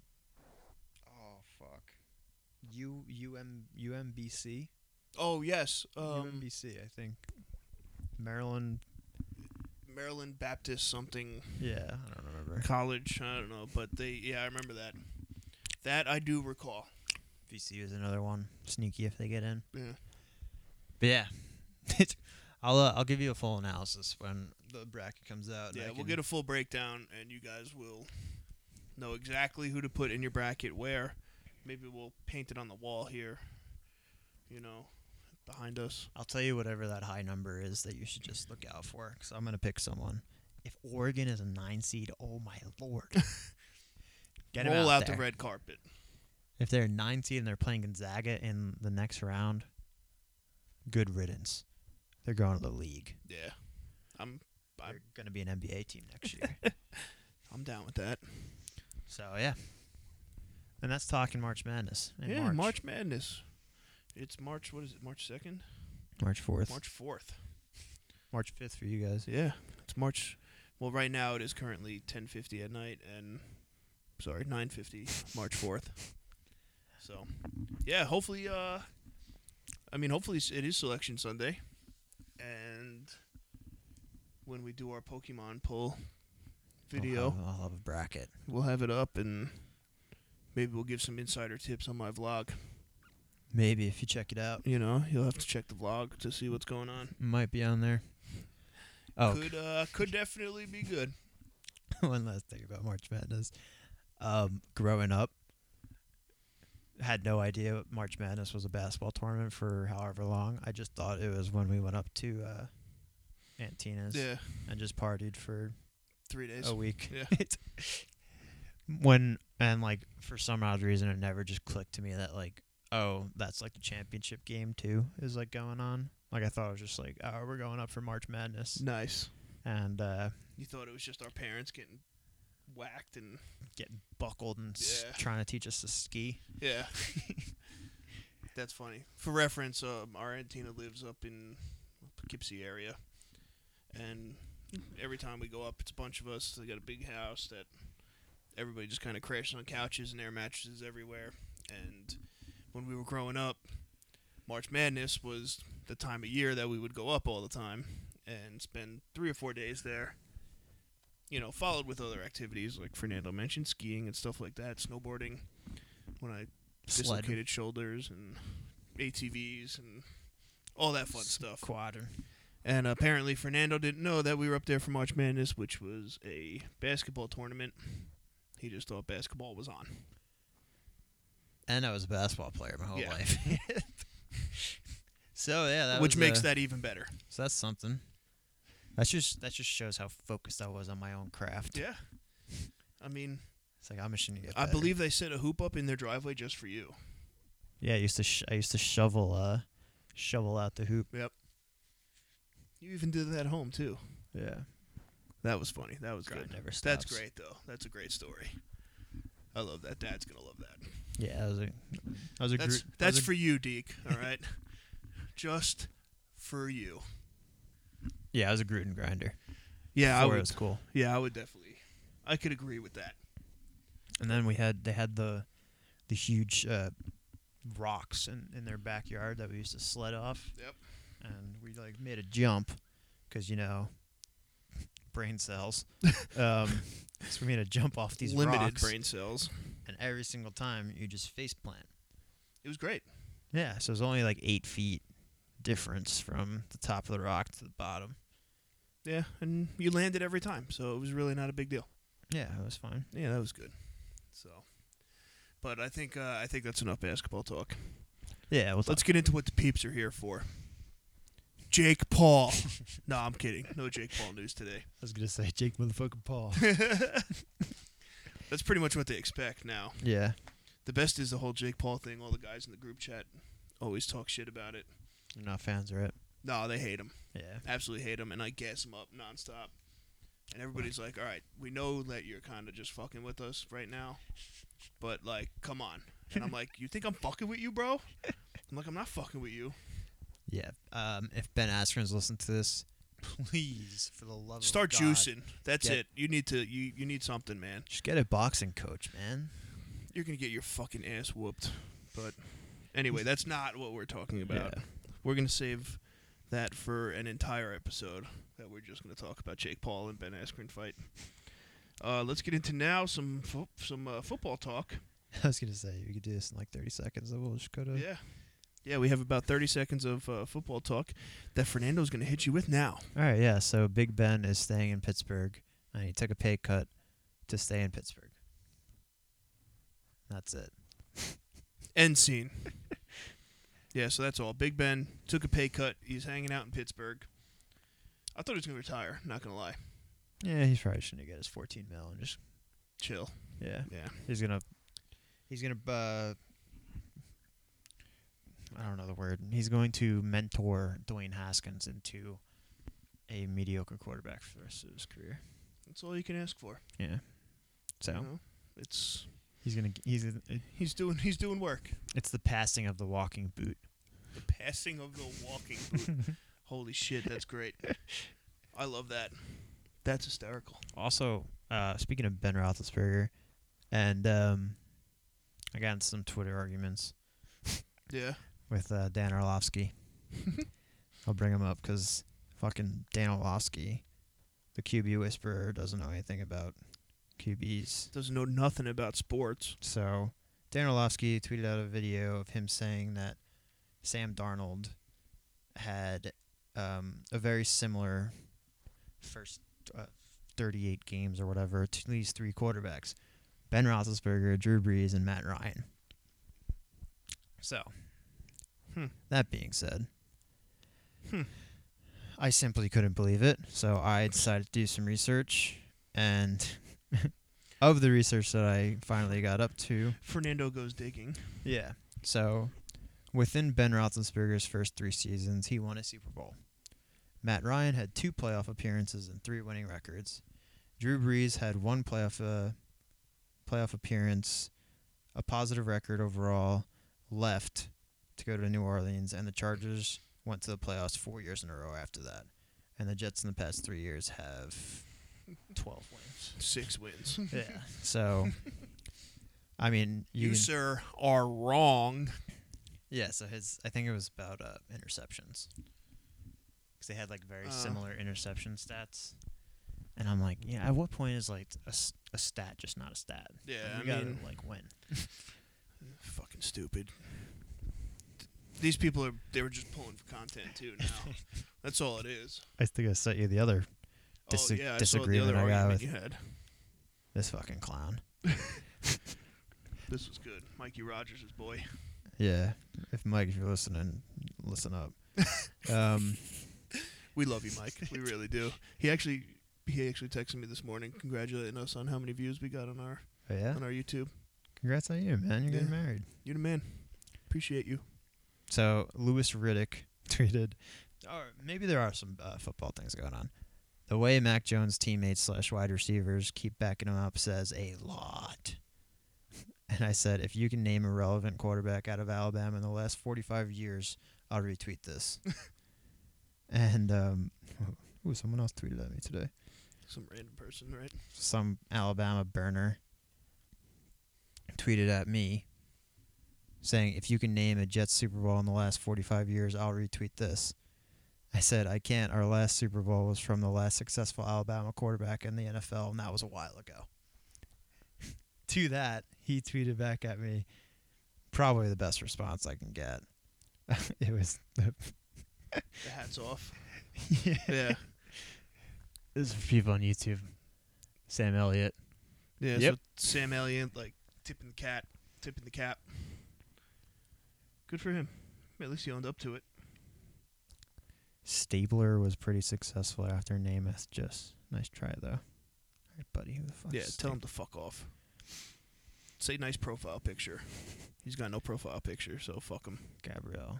Speaker 1: Oh fuck. U UM UMBC
Speaker 2: Oh yes, um,
Speaker 1: UMBC I think. Maryland.
Speaker 2: Maryland Baptist something
Speaker 1: Yeah, I don't remember.
Speaker 2: college. I don't know, but they yeah, I remember that. That I do recall.
Speaker 1: VC is another one. Sneaky if they get in.
Speaker 2: Yeah.
Speaker 1: But yeah, it's- I'll uh, I'll give you a full analysis when the bracket comes out. and
Speaker 2: Yeah,
Speaker 1: I
Speaker 2: we'll
Speaker 1: can-
Speaker 2: get a full breakdown, and you guys will know exactly who to put in your bracket where. Maybe we'll paint it on the wall here. You know, behind us.
Speaker 1: I'll tell you whatever that high number is that you should just look out for because I'm going to pick someone. If Oregon is a nine seed, oh my lord. Get 'em
Speaker 2: Roll
Speaker 1: out,
Speaker 2: out, the
Speaker 1: there.
Speaker 2: red carpet.
Speaker 1: If they're a nine seed and they're playing Gonzaga in the next round, good riddance. They're going to the league.
Speaker 2: Yeah, I'm I'm
Speaker 1: They're going to be an NBA team next year.
Speaker 2: I'm down with that.
Speaker 1: so, yeah. And that's talking March Madness. in
Speaker 2: yeah,
Speaker 1: March.
Speaker 2: March. Madness. It's March. What is it? March second.
Speaker 1: March 4th.
Speaker 2: March fourth.
Speaker 1: March 5th for you guys.
Speaker 2: Yeah, it's March. Well, right now it is currently 10:50 at night, and sorry, 9:50 March 4th. So, yeah, hopefully. Uh, I mean, hopefully s- it is Selection Sunday, and when we do our Pokemon pull video,
Speaker 1: I'll have, I'll have a bracket.
Speaker 2: we'll have it up, and maybe we'll give some insider tips on my vlog.
Speaker 1: Maybe if you check it out,
Speaker 2: You know, you'll have to check the vlog to see what's going on.
Speaker 1: it might be on there. Oh,
Speaker 2: Could uh, could definitely be good.
Speaker 1: one last thing about March Madness. Um, growing up, had no idea March Madness was a basketball tournament for however long. I just thought it was when we went up to uh, Aunt Tina's
Speaker 2: Yeah,
Speaker 1: and just partied for
Speaker 2: three days.
Speaker 1: a week.
Speaker 2: Yeah.
Speaker 1: It's- when and like for some odd reason, it never just clicked to me that like, oh, that's like the championship game too is like going on. Like I thought it was just like, oh, we're going up for March Madness
Speaker 2: Nice.
Speaker 1: and uh,
Speaker 2: You thought it was just our parents getting whacked and
Speaker 1: getting buckled and s-
Speaker 2: Yeah.
Speaker 1: trying to teach us to ski.
Speaker 2: yeah. That's funny. For reference, um, our Aunt Tina lives up in Poughkeepsie area, and every time we go up, it's a bunch of us. They got a big house that everybody just kind of crashes on couches and air mattresses everywhere. And when we were growing up, March Madness was the time of year that we would go up all the time and spend three or four days there. You know, followed with other activities like Fernando mentioned, skiing and stuff like that, snowboarding. When I
Speaker 1: Sled.
Speaker 2: dislocated shoulders and ATVs and all that fun stuff.
Speaker 1: Quad.
Speaker 2: And apparently Fernando didn't know that we were up there for March Madness, which was a basketball tournament. He just thought basketball was on.
Speaker 1: And I was a basketball player my whole
Speaker 2: Yeah.
Speaker 1: life. so yeah, that
Speaker 2: which
Speaker 1: was,
Speaker 2: makes
Speaker 1: uh,
Speaker 2: that even better.
Speaker 1: so that's something. That's just that just shows how focused I was on my own craft.
Speaker 2: Yeah. I mean,
Speaker 1: It's like I'm just gonna get
Speaker 2: I
Speaker 1: better.
Speaker 2: believe they set a hoop up in their driveway just for you.
Speaker 1: Yeah, I used to sh- I used to shovel uh shovel out the hoop.
Speaker 2: You even did that at home too.
Speaker 1: Yeah.
Speaker 2: That was funny. That was
Speaker 1: Grind
Speaker 2: good.
Speaker 1: never
Speaker 2: That's
Speaker 1: stops.
Speaker 2: great though. That's a great story. I love that. Dad's gonna love that.
Speaker 1: Yeah, that was a that was a
Speaker 2: That's
Speaker 1: group
Speaker 2: that's for you, Deke. All right, just for you.
Speaker 1: Yeah, I was a Gruden grinder.
Speaker 2: Yeah, I
Speaker 1: Before
Speaker 2: would.
Speaker 1: it was cool.
Speaker 2: Yeah, I would definitely. I could agree with that.
Speaker 1: And then we had they had the the huge uh, rocks in, in their backyard that we used to sled off.
Speaker 2: Yep.
Speaker 1: And we like made a jump because you know brain cells. um, so we made a jump off these
Speaker 2: limited
Speaker 1: rocks,
Speaker 2: brain cells.
Speaker 1: and every single time you just face plant.
Speaker 2: It was great.
Speaker 1: Yeah, so it's only like eight feet difference from the top of the rock to the bottom.
Speaker 2: Yeah, and you landed every time, so it was really not a big deal.
Speaker 1: Yeah, it was fine.
Speaker 2: Yeah, that was good. So, but I think uh, I think that's enough basketball talk.
Speaker 1: Yeah, well,
Speaker 2: Let's get into what the peeps are here for. Jake Paul. no, I'm kidding. No Jake Paul news today.
Speaker 1: I was gonna say Jake motherfucking Paul.
Speaker 2: That's pretty much what they expect now.
Speaker 1: yeah,
Speaker 2: The best is the whole Jake Paul thing. All the guys in the group chat always talk shit about it.
Speaker 1: you're not fans of it.
Speaker 2: No, they hate him.
Speaker 1: Yeah,
Speaker 2: absolutely hate him, and I gas him up nonstop. And everybody's like, "All right, we know that you're kind of just fucking with us right now, but like, come on." And I'm like, "You think I'm fucking with you, bro?" I'm like, "I'm not fucking with you."
Speaker 1: yeah. Um, if Ben Askren's listening to this, please, for the love
Speaker 2: Start
Speaker 1: of Oh, God,
Speaker 2: juicing. That's
Speaker 1: Get-
Speaker 2: it. You need to. You you need something, man.
Speaker 1: Just get a boxing coach, man.
Speaker 2: You're gonna get your fucking ass whooped. But anyway, that's not what we're talking about.
Speaker 1: Yeah.
Speaker 2: We're gonna save that for an entire episode that we're just gonna talk about Jake Paul and Ben Askren fight. Uh, let's get into now some fo- some uh, football talk.
Speaker 1: I was gonna say we could do this in like 30 seconds. Then we'll just go to
Speaker 2: Yeah. Yeah, we have about 30 seconds of uh, football talk that Fernando's going to hit you with now.
Speaker 1: All right, yeah. So Big Ben is staying in Pittsburgh, and he took a pay cut to stay in Pittsburgh. That's it.
Speaker 2: End scene. Yeah, so that's all. Big Ben took a pay cut. He's hanging out in Pittsburgh. I thought he was gonna retire. Not gonna lie.
Speaker 1: Yeah, he's probably shouldn't get his 14 mil and just
Speaker 2: Chill.
Speaker 1: yeah.
Speaker 2: Yeah.
Speaker 1: He's gonna he's gonna uh, I don't know the word. He's going to mentor Dwayne Haskins into a mediocre quarterback for the rest of his career.
Speaker 2: That's all you can ask for.
Speaker 1: Yeah. So
Speaker 2: you know? it's
Speaker 1: he's gonna g- he's gonna-
Speaker 2: he's doing he's doing work.
Speaker 1: it's the passing of the walking boot.
Speaker 2: The passing of the walking boot. Holy shit, that's great. I love that. That's hysterical.
Speaker 1: Also, uh, speaking of Ben Roethlisberger, and um, I got into some Twitter arguments
Speaker 2: Yeah.
Speaker 1: with uh, Dan Orlovsky. I'll bring him up because fucking Dan Orlovsky, the QB whisperer, doesn't know anything about QBs.
Speaker 2: Doesn't know nothing about sports.
Speaker 1: So Dan Orlovsky tweeted out a video of him saying that Sam Darnold had um, a very similar first uh, 38 games or whatever to these three quarterbacks: Ben Roethlisberger, Drew Brees, and Matt Ryan. So,
Speaker 2: Hmm.
Speaker 1: that being said,
Speaker 2: Hmm.
Speaker 1: I simply couldn't believe it, so I decided to do some research, and of the research that I finally got up to,
Speaker 2: Fernando goes digging.
Speaker 1: yeah. So, within Ben Roethlisberger's first three seasons, he won a Super Bowl. Matt Ryan had two playoff appearances and three winning records. Drew Brees had one playoff uh, playoff appearance, a positive record overall, left to go to New Orleans, and the Chargers went to the playoffs four years in a row after that. And the Jets in the past three years have twelve wins.
Speaker 2: Six wins.
Speaker 1: Yeah. So, I mean,
Speaker 2: You,
Speaker 1: you, can-
Speaker 2: sir, are wrong.
Speaker 1: Yeah, so his I think it was about uh, interceptions because they had like very
Speaker 2: Uh.
Speaker 1: similar interception stats, and I'm like, yeah, at what point is like a, s- a stat just not a stat?
Speaker 2: Yeah,
Speaker 1: Like,
Speaker 2: I
Speaker 1: you gotta,
Speaker 2: mean-
Speaker 1: like win.
Speaker 2: Fucking stupid. These people are they were just pulling for content too now. That's all it is.
Speaker 1: I think I sent you the other Dis-
Speaker 2: oh yeah, I saw the
Speaker 1: disagreement
Speaker 2: other
Speaker 1: I got
Speaker 2: argument
Speaker 1: with-
Speaker 2: you had.
Speaker 1: this fucking clown.
Speaker 2: This was good. Mikey Rogers' boy.
Speaker 1: Yeah, if Mike, if you're listening, listen up. um,
Speaker 2: We love you, Mike. We really do. He actually he actually texted me this morning congratulating us on how many views we got on our
Speaker 1: but yeah,
Speaker 2: on our YouTube.
Speaker 1: congrats on you, man. You're
Speaker 2: Yeah.
Speaker 1: getting married.
Speaker 2: You're the man. Appreciate you.
Speaker 1: So Lewis Riddick tweeted, or maybe there are some uh, football things going on. The way Mac Jones' teammates slash wide receivers keep backing him up says a lot. And I said, if you can name a relevant quarterback out of Alabama in the last 45 years, I'll retweet this. and um, ooh, someone else tweeted at me today.
Speaker 2: Some random person, right?
Speaker 1: Some Alabama burner tweeted at me saying, If you can name a Jets Super Bowl in the last 45 years, I'll retweet this. I said, I can't. Our last Super Bowl was from the last successful Alabama quarterback in the NFL, and that was a while ago. to that, he tweeted back at me, probably the best response I can get. it was,
Speaker 2: The hat's off.
Speaker 1: yeah.
Speaker 2: Yeah.
Speaker 1: This is for people on YouTube. Sam Elliott.
Speaker 2: Yeah.
Speaker 1: Yep.
Speaker 2: So Sam Elliott, like tipping the cat, tipping the cap. Good for him. At least he owned up to it.
Speaker 1: Stabler was pretty successful after Namath. Just nice try though. All right, buddy. Who the fuck?
Speaker 2: yeah. Tell him to fuck off. Say nice profile picture. He's got no profile picture, so fuck him,
Speaker 1: Gabriel.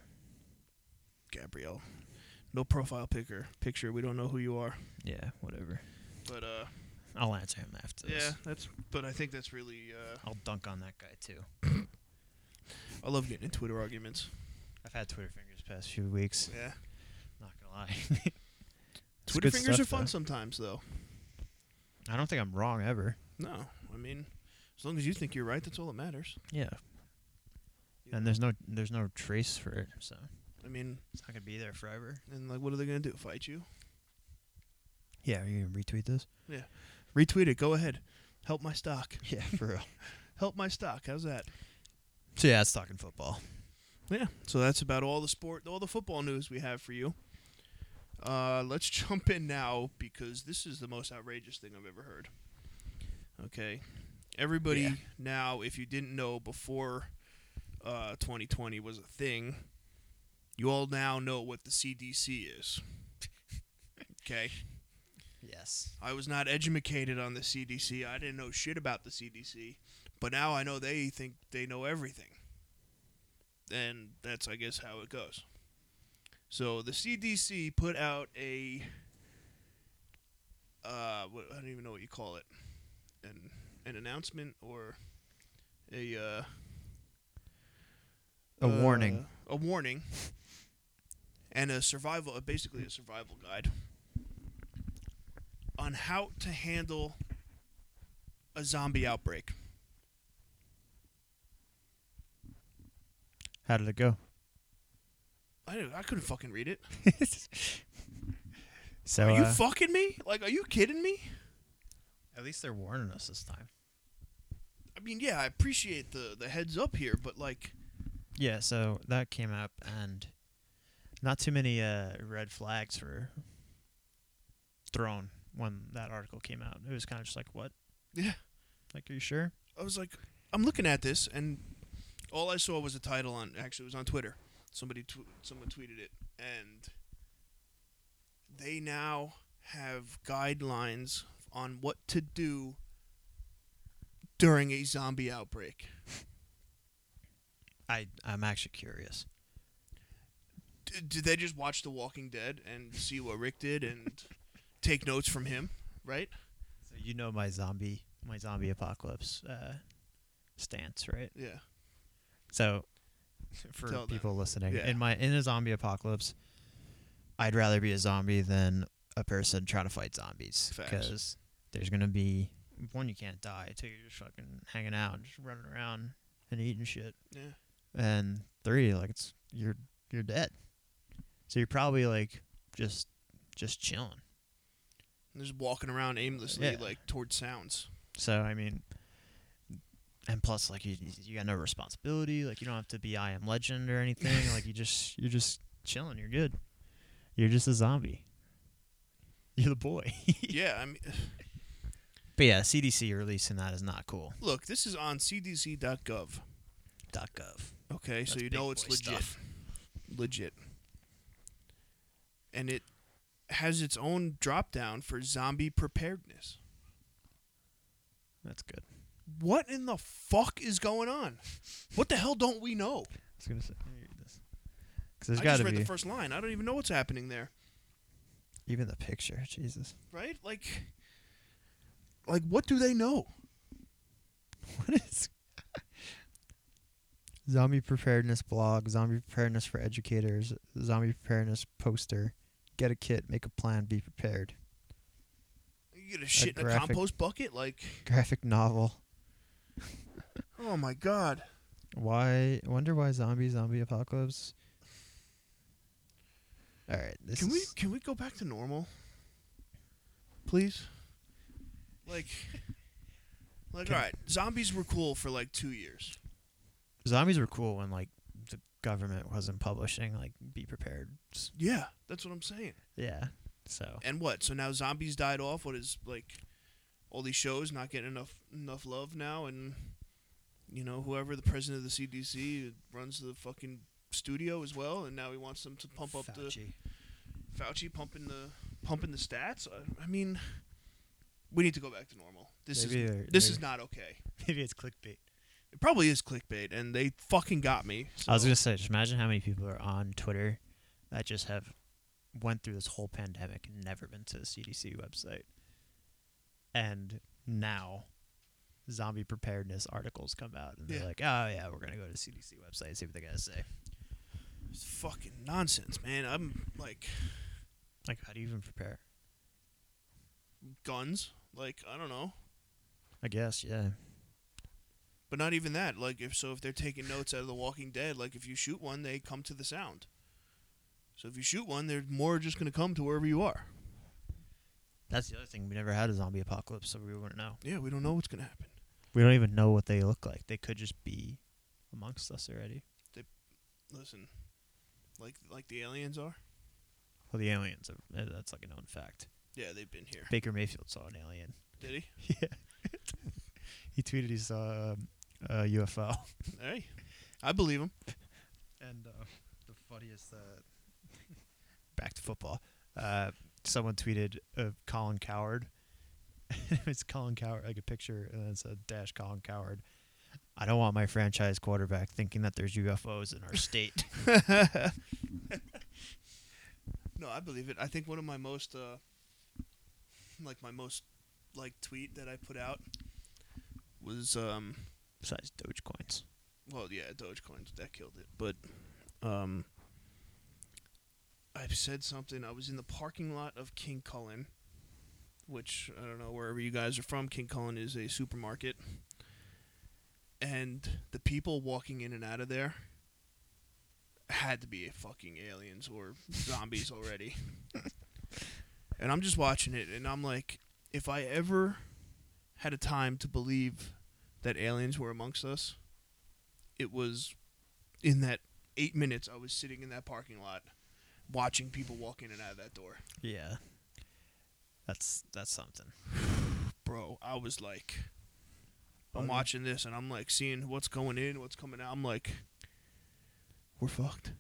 Speaker 2: Gabrielle. No profile picture. Picture. We don't know who you are,
Speaker 1: Yeah, whatever.
Speaker 2: but uh,
Speaker 1: I'll answer him after this.
Speaker 2: yeah. That's. But I think that's really. Uh,
Speaker 1: I'll dunk on that guy too.
Speaker 2: I love getting in Twitter arguments.
Speaker 1: I've had Twitter fingers past few weeks.
Speaker 2: Yeah.
Speaker 1: Not gonna lie. It's
Speaker 2: Twitter
Speaker 1: good
Speaker 2: fingers
Speaker 1: stuff,
Speaker 2: are fun
Speaker 1: though.
Speaker 2: sometimes, though.
Speaker 1: I don't think I'm wrong ever.
Speaker 2: No, I mean, as long as you think you're right, that's all that matters.
Speaker 1: Yeah. And
Speaker 2: You know?
Speaker 1: there's no there's no trace for it, so
Speaker 2: I mean,
Speaker 1: it's not gonna be there forever.
Speaker 2: and like, what are they gonna do? Fight you?
Speaker 1: Yeah, are you gonna retweet this?
Speaker 2: Retweet it. Go ahead. Help my stock.
Speaker 1: Yeah, for real.
Speaker 2: Help my stock. How's that?
Speaker 1: so yeah, it's talking football.
Speaker 2: Yeah. So that's about all the sport, all the football news we have for you. Uh, let's jump in now because this is the most outrageous thing I've ever heard. Okay. Everybody
Speaker 1: Yeah.
Speaker 2: now, if you didn't know before uh, 2020 was a thing, You all now know what the CDC is. Okay.
Speaker 1: Yes.
Speaker 2: I was not educated on the CDC. I didn't know shit about the CDC, but now I know they think they know everything. And that's, I guess, how it goes. So the CDC put out a. Uh, what, I don't even know what you call it, an an announcement or a uh,
Speaker 1: A warning.
Speaker 2: uh, a warning, and a survival, uh, basically a survival guide on how to handle a zombie outbreak.
Speaker 1: How did it go?
Speaker 2: I didn't- I couldn't fucking read it.
Speaker 1: so
Speaker 2: Are you
Speaker 1: uh,
Speaker 2: fucking me? Like, are you kidding me?
Speaker 1: at least they're warning us this time.
Speaker 2: I mean, yeah, I appreciate the the heads up here, but like,
Speaker 1: Yeah, so that came up and not too many uh, red flags were thrown when that article came out. It was kind of just like, what?
Speaker 2: Yeah.
Speaker 1: Like, are you sure?
Speaker 2: I was like, I'm looking at this, and all I saw was a title on. Actually, it was on Twitter. Somebody, tw- someone tweeted it, and they now have guidelines on what to do during a zombie outbreak.
Speaker 1: I I'm actually curious.
Speaker 2: D- did they just watch The Walking Dead and see what Rick did and take notes from him, right?
Speaker 1: So you know my zombie my zombie apocalypse uh, stance, right?
Speaker 2: Yeah.
Speaker 1: So, for
Speaker 2: Tell them.
Speaker 1: people listening,
Speaker 2: Yeah.
Speaker 1: in my in a zombie apocalypse, I'd rather be a zombie than a person trying to fight zombies
Speaker 2: Facts.
Speaker 1: because there's gonna be one you can't die, two you're just fucking hanging out and just running around and eating shit,
Speaker 2: Yeah.
Speaker 1: and three like it's you're you're dead, so you're probably like just just chilling.
Speaker 2: And just walking around aimlessly,
Speaker 1: Yeah.
Speaker 2: like towards sounds.
Speaker 1: So I mean, and plus like you you got no responsibility. Like you don't have to be I am Legend or anything. like you just you're just chilling. You're good. You're just a zombie. You're the boy.
Speaker 2: yeah, I mean,
Speaker 1: but yeah, CDC releasing that is not cool.
Speaker 2: look, this is on CDC.gov.
Speaker 1: .gov.
Speaker 2: Okay, so
Speaker 1: That's
Speaker 2: you know
Speaker 1: big
Speaker 2: it's
Speaker 1: boy
Speaker 2: legit.
Speaker 1: stuff.
Speaker 2: Legit. And it has its own drop down for zombie preparedness.
Speaker 1: That's good.
Speaker 2: What in the fuck is going on? What the hell don't we know?
Speaker 1: I was gonna say. Let me read this. Because there's
Speaker 2: I
Speaker 1: got
Speaker 2: just
Speaker 1: to
Speaker 2: read
Speaker 1: be
Speaker 2: the first line. I don't even know what's happening there.
Speaker 1: even the picture. Jesus,
Speaker 2: right? Like, like what do they know?
Speaker 1: what is zombie preparedness blog? Zombie preparedness for educators. Zombie preparedness poster. Get a kit. Make a plan. Be prepared.
Speaker 2: You get a shit in a
Speaker 1: graphic-
Speaker 2: compost bucket? Like,
Speaker 1: graphic novel.
Speaker 2: oh my god!
Speaker 1: Why? I Wonder why zombie zombie apocalypse. All right, this
Speaker 2: can we
Speaker 1: is-
Speaker 2: can we go back to normal, please? Like, like
Speaker 1: Can-
Speaker 2: all right, zombies were cool for like two years.
Speaker 1: zombies were cool when like the government wasn't publishing like be prepared. s-
Speaker 2: Yeah, that's what I'm saying.
Speaker 1: Yeah, so
Speaker 2: And what? So now zombies died off. What is like all these shows not getting enough enough love now? And you know whoever the president of the CDC runs the fucking studio as well, and now he wants them to pump up the
Speaker 1: Fauci.
Speaker 2: Fauci pumping the pumping the stats. I, I mean, we need to go back to normal. This
Speaker 1: Maybe
Speaker 2: is
Speaker 1: they're-
Speaker 2: this
Speaker 1: maybe-
Speaker 2: is not okay.
Speaker 1: maybe it's clickbait.
Speaker 2: It probably is clickbait, and they fucking got me.
Speaker 1: I was
Speaker 2: so-
Speaker 1: gonna say, just imagine how many people are on Twitter that just have went through this whole pandemic and never been to the CDC website, and now zombie preparedness articles come out and they're
Speaker 2: Yeah.
Speaker 1: like, oh yeah, we're gonna go to the CDC website and see what they gotta say.
Speaker 2: it's fucking nonsense, man. I'm like
Speaker 1: Like, how do you even prepare?
Speaker 2: guns. Like I don't know,
Speaker 1: I guess, yeah.
Speaker 2: but not even that. Like if so, if they're taking notes out of The Walking Dead, like if you shoot one, they come to the sound. So if you shoot one, they're more just gonna come to wherever you are.
Speaker 1: That's the other thing. We never had a zombie apocalypse, so we wouldn't know.
Speaker 2: Yeah, we don't know what's gonna happen.
Speaker 1: We don't even know what they look like. They could just be amongst us already.
Speaker 2: Listen, like like the aliens are.
Speaker 1: Well, the aliens, are, uh, that's like a known fact.
Speaker 2: Yeah, they've been here.
Speaker 1: Baker Mayfield saw an alien.
Speaker 2: Did he?
Speaker 1: Yeah. he tweeted he saw um, a UFO.
Speaker 2: Hey, I believe him.
Speaker 1: And uh, the funny is the back to football. Uh, someone tweeted of Colin Coward. it's Colin Coward, like a picture, and then it said dash Colin Coward. I don't want my franchise quarterback thinking that there's UFOs in our state.
Speaker 2: No, I believe it. I think one of my most, uh, like my most, like tweet that I put out was, um,
Speaker 1: Besides Dogecoins.
Speaker 2: well, yeah, Dogecoin that killed it, but, um, I've said something. I was in the parking lot of King Cullen, which I don't know wherever you guys are from. King Cullen is a supermarket, and the people walking in and out of there had to be fucking aliens or zombies already. and I'm just watching it, and I'm like, if I ever had a time to believe that aliens were amongst us, it was in that eight minutes I was sitting in that parking lot watching people walk in and out of that door.
Speaker 1: Yeah. That's that's something.
Speaker 2: Bro, I was like, I'm
Speaker 1: Bugger.
Speaker 2: watching this, and I'm like, seeing what's going in, what's coming out. I'm like, we're fucked.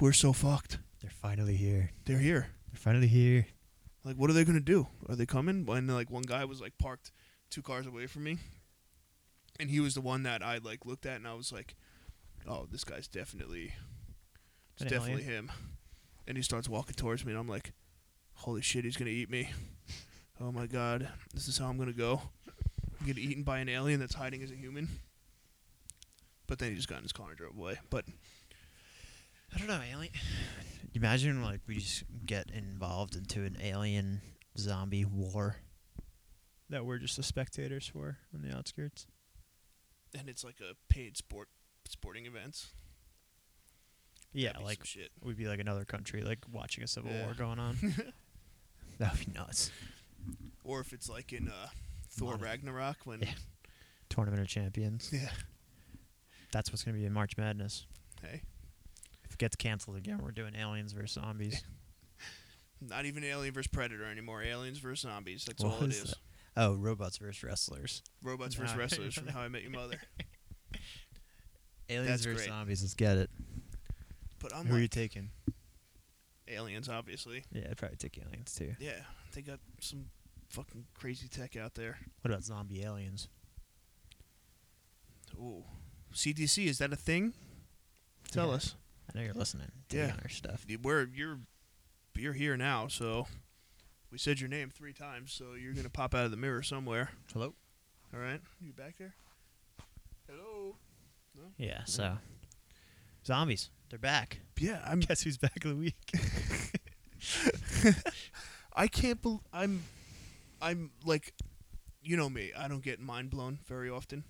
Speaker 2: we're so fucked.
Speaker 1: They're finally here.
Speaker 2: They're here.
Speaker 1: They're finally here.
Speaker 2: Like, what are they gonna do? Are they coming? And like one guy was like parked two cars away from me, and he was the one that I like looked at, and I was like, "Oh, this guy's definitely, it's
Speaker 1: An
Speaker 2: definitely him." And he starts walking towards me, and I'm like, "Holy shit, he's gonna eat me! Oh my god, this is how I'm gonna go. I'm gonna get eaten by an alien that's hiding as a human." But then he just got in his car and drove away. But
Speaker 1: I don't know, alien. Imagine like we just get involved into an alien zombie war that we're just the spectators for on the outskirts.
Speaker 2: and it's like a paid sport, sporting events.
Speaker 1: Yeah,
Speaker 2: That'd be
Speaker 1: like
Speaker 2: some shit.
Speaker 1: we'd be like another country, like watching a civil
Speaker 2: Yeah.
Speaker 1: war going on. that would be nuts.
Speaker 2: or if it's like in uh, Thor
Speaker 1: Modern.
Speaker 2: Ragnarok when
Speaker 1: Yeah. Tournament of Champions.
Speaker 2: Yeah.
Speaker 1: That's what's gonna be in March Madness.
Speaker 2: hey,
Speaker 1: If it gets canceled again, we're doing aliens versus zombies.
Speaker 2: not even Alien vs Predator anymore. Aliens vs Zombies. That's
Speaker 1: What
Speaker 2: all it
Speaker 1: was
Speaker 2: is.
Speaker 1: that? Oh, robots versus wrestlers.
Speaker 2: Robots
Speaker 1: Nah.
Speaker 2: vs Wrestlers from How I Met Your Mother.
Speaker 1: Aliens
Speaker 2: That's
Speaker 1: versus
Speaker 2: great.
Speaker 1: zombies. Let's get it.
Speaker 2: But I'm
Speaker 1: Who are you
Speaker 2: like
Speaker 1: taking?
Speaker 2: aliens, obviously.
Speaker 1: Yeah, I'd probably take aliens too.
Speaker 2: Yeah, they got some fucking crazy tech out there.
Speaker 1: What about zombie aliens?
Speaker 2: Ooh, CDC is that a thing? Tell
Speaker 1: Yeah.
Speaker 2: us.
Speaker 1: I know you're listening.
Speaker 2: Yeah.
Speaker 1: Yeah. On our stuff.
Speaker 2: Where you're, you're here now, so we said your name three times, so you're gonna pop out of the mirror somewhere.
Speaker 1: Hello.
Speaker 2: All right, you back there? Hello.
Speaker 1: Yeah. So, zombies. They're back.
Speaker 2: Yeah, I'm
Speaker 1: Guess who's back of the week?
Speaker 2: I can't believe I'm, I'm like, you know me. I don't get mind blown very often.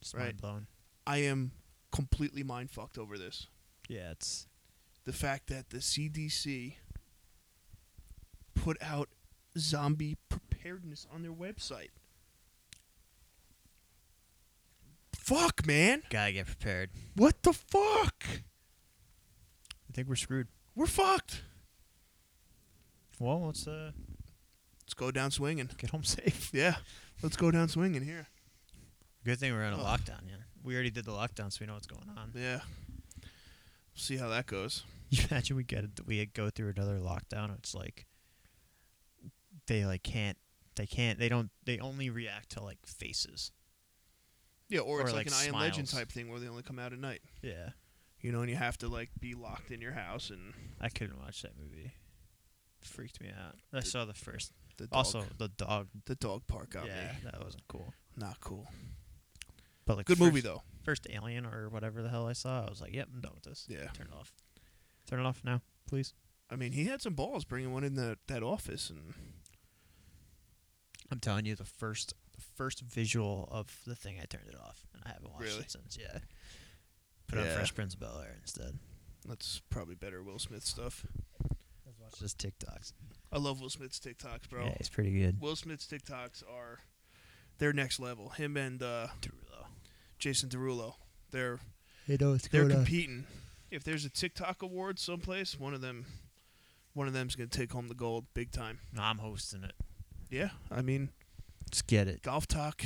Speaker 1: Just
Speaker 2: Right.
Speaker 1: mind blown.
Speaker 2: I am completely mind fucked over this.
Speaker 1: Yeah, it's
Speaker 2: The fact that the CDC put out zombie preparedness on their website. Fuck, man!
Speaker 1: gotta get prepared.
Speaker 2: What the fuck?
Speaker 1: I think we're screwed.
Speaker 2: We're fucked.
Speaker 1: Well, let's uh,
Speaker 2: Let's go down swinging.
Speaker 1: get home safe.
Speaker 2: Yeah, let's go down swinging here.
Speaker 1: Good thing we're in a
Speaker 2: Oh.
Speaker 1: lockdown. Yeah, we already did the lockdown, so we know what's going on.
Speaker 2: Yeah. See how that goes.
Speaker 1: You imagine we get we go through another lockdown. It's like they like can't they can't they don't they only react to like faces.
Speaker 2: Yeah, or,
Speaker 1: Or,
Speaker 2: it's like,
Speaker 1: like,
Speaker 2: an Iron Legend
Speaker 1: smiles.
Speaker 2: type thing where they only come out at night.
Speaker 1: Yeah,
Speaker 2: You know, and you have to like be locked in your house and
Speaker 1: I couldn't watch that movie. Freaked me out. I
Speaker 2: The
Speaker 1: saw the first.
Speaker 2: the dog,
Speaker 1: Also, the dog.
Speaker 2: the dog park got
Speaker 1: yeah,
Speaker 2: me.
Speaker 1: that wasn't cool.
Speaker 2: Not cool.
Speaker 1: But like
Speaker 2: Good
Speaker 1: first,
Speaker 2: movie though.
Speaker 1: First Alien or whatever the hell I saw, I was like, "Yep, I'm done with this.
Speaker 2: Yeah.
Speaker 1: Turn it off. Turn it off now, please."
Speaker 2: I mean, he had some balls bringing one in that that office and
Speaker 1: I'm telling you, the first the first visual of the thing, I turned it off, and I haven't watched
Speaker 2: Really?
Speaker 1: it since. Yeah. Put on
Speaker 2: Yeah.
Speaker 1: Fresh Prince of Bel Air instead.
Speaker 2: that's probably better Will Smith stuff.
Speaker 1: Let's watch this TikToks.
Speaker 2: I love Will Smith's TikToks, bro.
Speaker 1: Yeah, it's pretty good.
Speaker 2: Will Smith's TikToks are they're next level. Him and uh,
Speaker 1: Derulo.
Speaker 2: Jason Derulo, they're
Speaker 1: They know what's
Speaker 2: they're competing. If there's a TikTok award someplace, one of them one of them's gonna take home the gold big time.
Speaker 1: No, I'm hosting it.
Speaker 2: Yeah, I mean
Speaker 1: Let's get it.
Speaker 2: golf talk.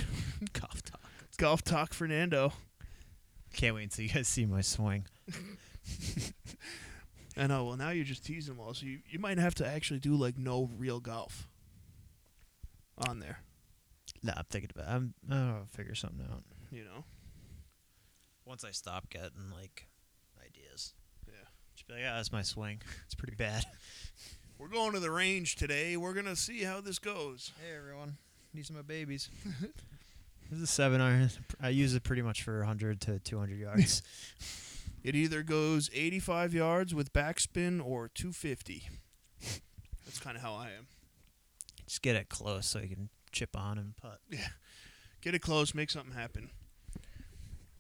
Speaker 1: Cough talk.
Speaker 2: Golf Talk Fernando.
Speaker 1: Can't wait until you guys see my swing.
Speaker 2: I know. Well, now you're just teasing them all. So you, you might have to actually do like no real golf on there.
Speaker 1: Nah, I'm thinking about. I'm. I'll figure something out
Speaker 2: You know.
Speaker 1: once I stop getting like ideas.
Speaker 2: Yeah.
Speaker 1: Just be like, ah, that's my swing. It's pretty bad.
Speaker 2: We're going to the range today. We're gonna see how this goes.
Speaker 1: Hey everyone, these are my babies. this is a seven iron. I use it pretty much for 100 to 200 yards.
Speaker 2: It either goes 85 yards with backspin or 250. That's kind of how I am.
Speaker 1: Just get it close so you can chip on and putt.
Speaker 2: Get it close. Make something happen.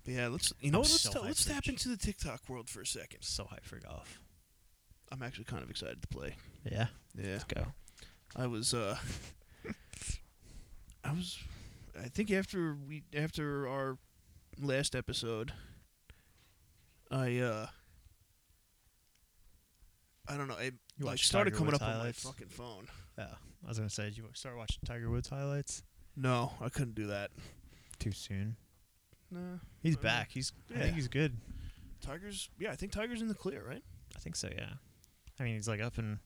Speaker 2: But yeah. Let's you know.
Speaker 1: I'm
Speaker 2: what, Let's
Speaker 1: so
Speaker 2: ta- let's
Speaker 1: hyped for
Speaker 2: tap
Speaker 1: J-
Speaker 2: into the TikTok world for a second.
Speaker 1: So hyped for golf.
Speaker 2: I'm actually kind of excited to play.
Speaker 1: Yeah,
Speaker 2: Yeah.
Speaker 1: let's go.
Speaker 2: I was uh I was I think after we after our last episode I uh I don't know, it
Speaker 1: You
Speaker 2: like
Speaker 1: watched
Speaker 2: started
Speaker 1: Tiger
Speaker 2: coming
Speaker 1: Woods
Speaker 2: up
Speaker 1: highlights?
Speaker 2: on my fucking phone.
Speaker 1: I was gonna say, did you start watching Tiger Woods highlights?
Speaker 2: No, I couldn't do that.
Speaker 1: Too soon.
Speaker 2: No.
Speaker 1: He's
Speaker 2: I mean,
Speaker 1: back. He's. I
Speaker 2: yeah.
Speaker 1: think he's good.
Speaker 2: Tiger's yeah, I think Tiger's in the clear, right?
Speaker 1: I think so. Yeah. I mean, he's like up and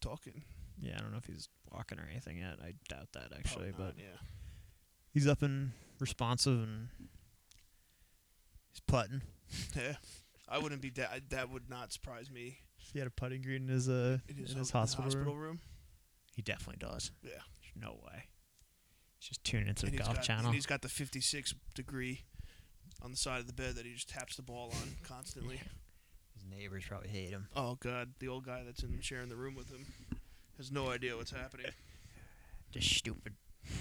Speaker 2: Talking.
Speaker 1: yeah. I don't know if he's walking or anything yet. I doubt that actually,
Speaker 2: Probably
Speaker 1: but
Speaker 2: not, yeah.
Speaker 1: he's up and responsive and he's putting.
Speaker 2: Yeah. I wouldn't be that that would not surprise me.
Speaker 1: He had a putting green in his uh
Speaker 2: It
Speaker 1: in
Speaker 2: is
Speaker 1: his,
Speaker 2: in the
Speaker 1: hospital, room.
Speaker 2: room.
Speaker 1: He definitely does.
Speaker 2: Yeah.
Speaker 1: There's no way. He's just tuning into
Speaker 2: and
Speaker 1: the
Speaker 2: he's
Speaker 1: golf
Speaker 2: got,
Speaker 1: channel.
Speaker 2: And he's got the 56 degree on the side of the bed that he just taps the ball on constantly.
Speaker 1: His neighbors probably hate him.
Speaker 2: Oh God, the old guy that's in sharing the room with him has no idea what's happening.
Speaker 1: This stupid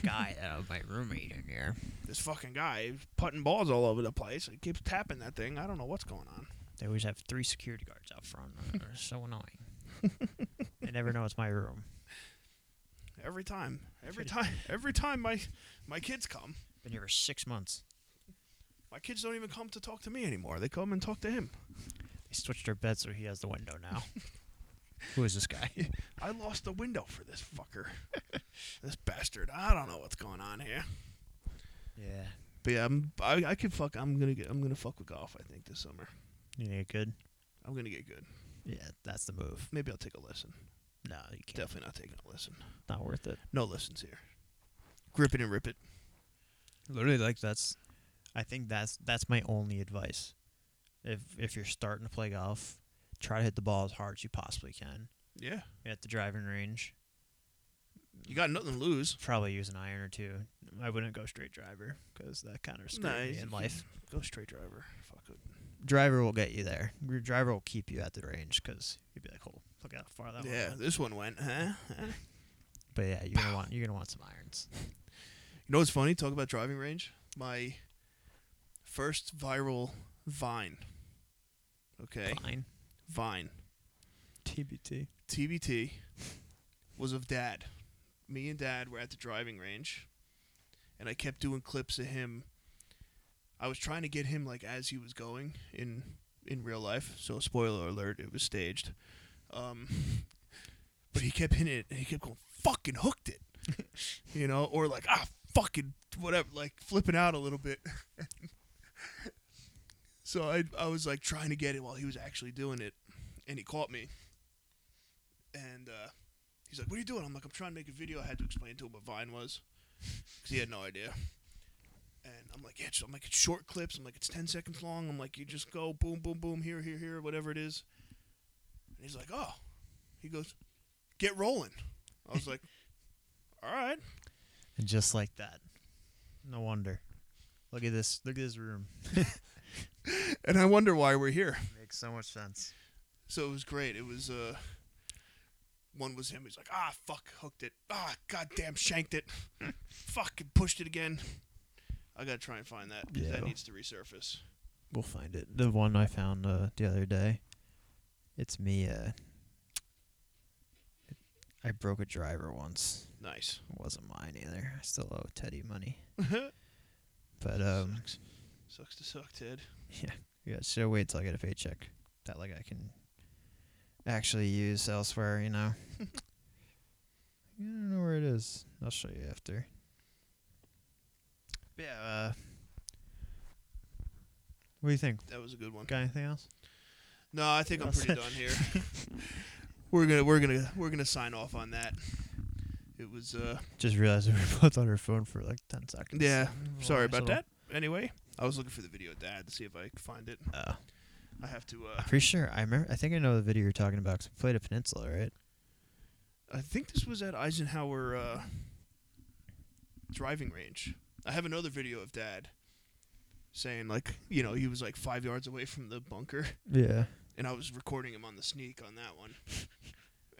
Speaker 1: guy uh, my roommate in here.
Speaker 2: This fucking guy is putting balls all over the place. He keeps tapping that thing. I don't know what's going on.
Speaker 1: They always have three security guards out front. They're so annoying. they never know it's my room.
Speaker 2: Every time, every time, every time my my kids come,
Speaker 1: Been here for six months.
Speaker 2: my kids don't even come to talk to me anymore. They come and talk to him.
Speaker 1: They switched their beds so he has the window now. Who is this guy?
Speaker 2: I lost the window for this fucker. this bastard. I don't know what's going on here.
Speaker 1: Yeah.
Speaker 2: But yeah, I'm, I I could fuck. I'm gonna get. I'm gonna fuck with golf. I think this summer.
Speaker 1: You think it good?
Speaker 2: I'm gonna get good.
Speaker 1: Yeah, that's the move.
Speaker 2: Maybe I'll take a lesson.
Speaker 1: No, you can't.
Speaker 2: Definitely not taking a lesson.
Speaker 1: Not worth it.
Speaker 2: No lessons here. Grip it and rip it.
Speaker 1: Literally, like that's. I think that's that's my only advice. If if you're starting to play golf, try to hit the ball as hard as you possibly can.
Speaker 2: Yeah.
Speaker 1: At the driving range,
Speaker 2: You got nothing to lose.
Speaker 1: probably use an iron or two. I wouldn't go straight driver because that kind of screwed me
Speaker 2: Nice.
Speaker 1: in life.
Speaker 2: Go straight driver. Fuck it.
Speaker 1: Driver will get you there. Your driver will keep you at the range because you'd be like, "Oh, look how far that
Speaker 2: yeah,
Speaker 1: one." went."
Speaker 2: this one went, huh? Huh? You
Speaker 1: But yeah, you're gonna want you're gonna want some irons.
Speaker 2: know what's funny? Talk about driving range. My first viral Vine. Okay,
Speaker 1: Fine.
Speaker 2: Vine.
Speaker 1: TBT.
Speaker 2: TBT was of dad. Me and dad were at the driving range, and I kept doing clips of him. I was trying to get him like as he was going in in real life. So spoiler alert, it was staged. Um, but he kept hitting it, and he kept going, "Fucking hooked it," you know, or like ah, fucking whatever, like flipping out a little bit. so I I was like trying to get it while he was actually doing it, and he caught me and uh, he's like, "What are you doing?" I'm like, "I'm trying to make a video." I had to explain to him what Vine was because he had no idea. And I'm like, "Yeah," so I'm like, "It's short clips." I'm like, "It's 10 seconds long." I'm like, "You just go boom, boom, boom, here, here, here, whatever it is." And he's like, "Oh," he goes, "Get rolling." I was like, "All right."
Speaker 1: And just like that, no wonder. Look at this. Look at this room.
Speaker 2: And I wonder why we're here.
Speaker 1: Makes so much sense.
Speaker 2: So it was great. It was uh one was him. He's like, ah, fuck, hooked it. Ah, goddamn, shanked it. Fucking pushed it again. I gotta try and find that 'cause
Speaker 1: Yeah.
Speaker 2: that needs to resurface.
Speaker 1: We'll find it. The one I found uh, the other day. It's me. Uh, I broke a driver once.
Speaker 2: Nice.
Speaker 1: It wasn't mine either. I still owe Teddy money.
Speaker 2: Sucks
Speaker 1: But um,
Speaker 2: to suck, Ted.
Speaker 1: yeah, yeah. So wait till I get a paycheck that like I can actually use elsewhere. You know. I don't know where it is. I'll show you after. But yeah. Uh, what do you think?
Speaker 2: That was a good one.
Speaker 1: Got anything else?
Speaker 2: No, I think I'm pretty done here. we're gonna we're gonna we're gonna sign off on that. It was uh
Speaker 1: Just realized we were both on our phone for like 10 seconds. Oh,
Speaker 2: yeah. Sorry
Speaker 1: Nice
Speaker 2: about
Speaker 1: little-
Speaker 2: that. Anyway, I was looking for the video of Dad to see if I could find it.
Speaker 1: Uh,
Speaker 2: I have to. uh
Speaker 1: I'm pretty sure. I remember. I think I know the video you're talking about 'cause we played at Peninsula, right?
Speaker 2: I think this was at Eisenhower uh, driving range. I have another video of Dad saying like you know he was like five yards away from the bunker.
Speaker 1: Yeah.
Speaker 2: and I was recording him on the sneak on that one.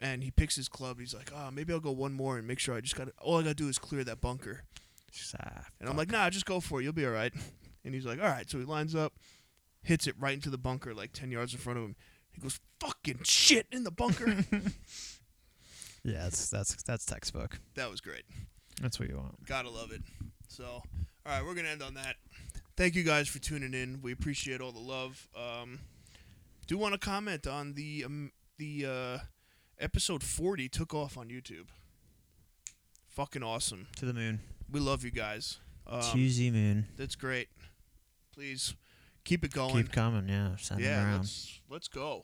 Speaker 2: And he picks his club. He's like, "Oh, maybe I'll go one more and make sure I just got to all I got to do is clear that bunker." And I'm like, "Nah, just go for it. You'll be all right." And he's like, "All right." So he lines up, hits it right into the bunker, like ten yards in front of him. He goes, "Fucking shit!" in the bunker.
Speaker 1: yeah, that's that's that's textbook.
Speaker 2: that was great.
Speaker 1: That's what you want.
Speaker 2: Gotta love it. So, all right, we're gonna end on that. Thank you guys for tuning in. We appreciate all the love. Um, do want to comment on the um, the uh, episode forty took off on YouTube. Fucking awesome.
Speaker 1: To the moon.
Speaker 2: We love you guys. Um,
Speaker 1: Tuesday moon.
Speaker 2: that's great. Please keep it going.
Speaker 1: Keep coming. Yeah. Send them
Speaker 2: yeah,
Speaker 1: around.
Speaker 2: let's let's go.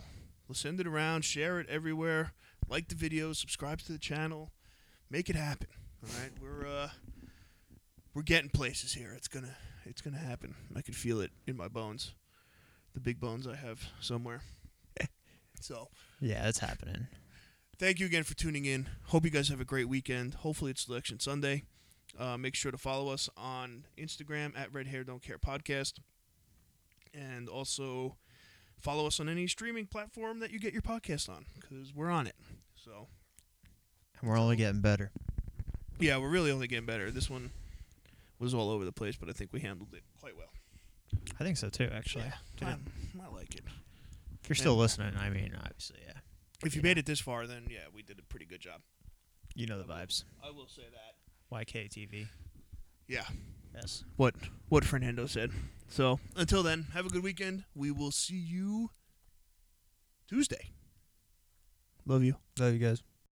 Speaker 2: Let's send it around. Share it everywhere. Like the video. Subscribe to the channel. Make it happen. All right, we're uh, we're getting places here. It's gonna it's gonna happen. I can feel it in my bones, the big bones I have somewhere. so
Speaker 1: Yeah, it's happening.
Speaker 2: thank you again for tuning in. Hope you guys have a great weekend. Hopefully it's Election Sunday. Uh, make sure to follow us on Instagram at Red Hair Don't Care Podcast, and also follow us on any streaming platform that you get your podcast on because we're on it. So
Speaker 1: And we're only getting better.
Speaker 2: yeah, we're really only getting better. This one was all over the place, but I think we handled it quite well.
Speaker 1: I think so too, actually.
Speaker 2: Yeah,
Speaker 1: Did it-
Speaker 2: I'm- I like it.
Speaker 1: If you're still listening, I mean, obviously, yeah.
Speaker 2: If you
Speaker 1: Yeah.
Speaker 2: made it this far, then yeah, we did a pretty good job.
Speaker 1: You know the vibes.
Speaker 2: I will say that.
Speaker 1: YKTV.
Speaker 2: Yeah.
Speaker 1: Yes.
Speaker 2: what what Fernando said. So until then, have a good weekend. We will see you Tuesday. Love you.
Speaker 1: Love you guys.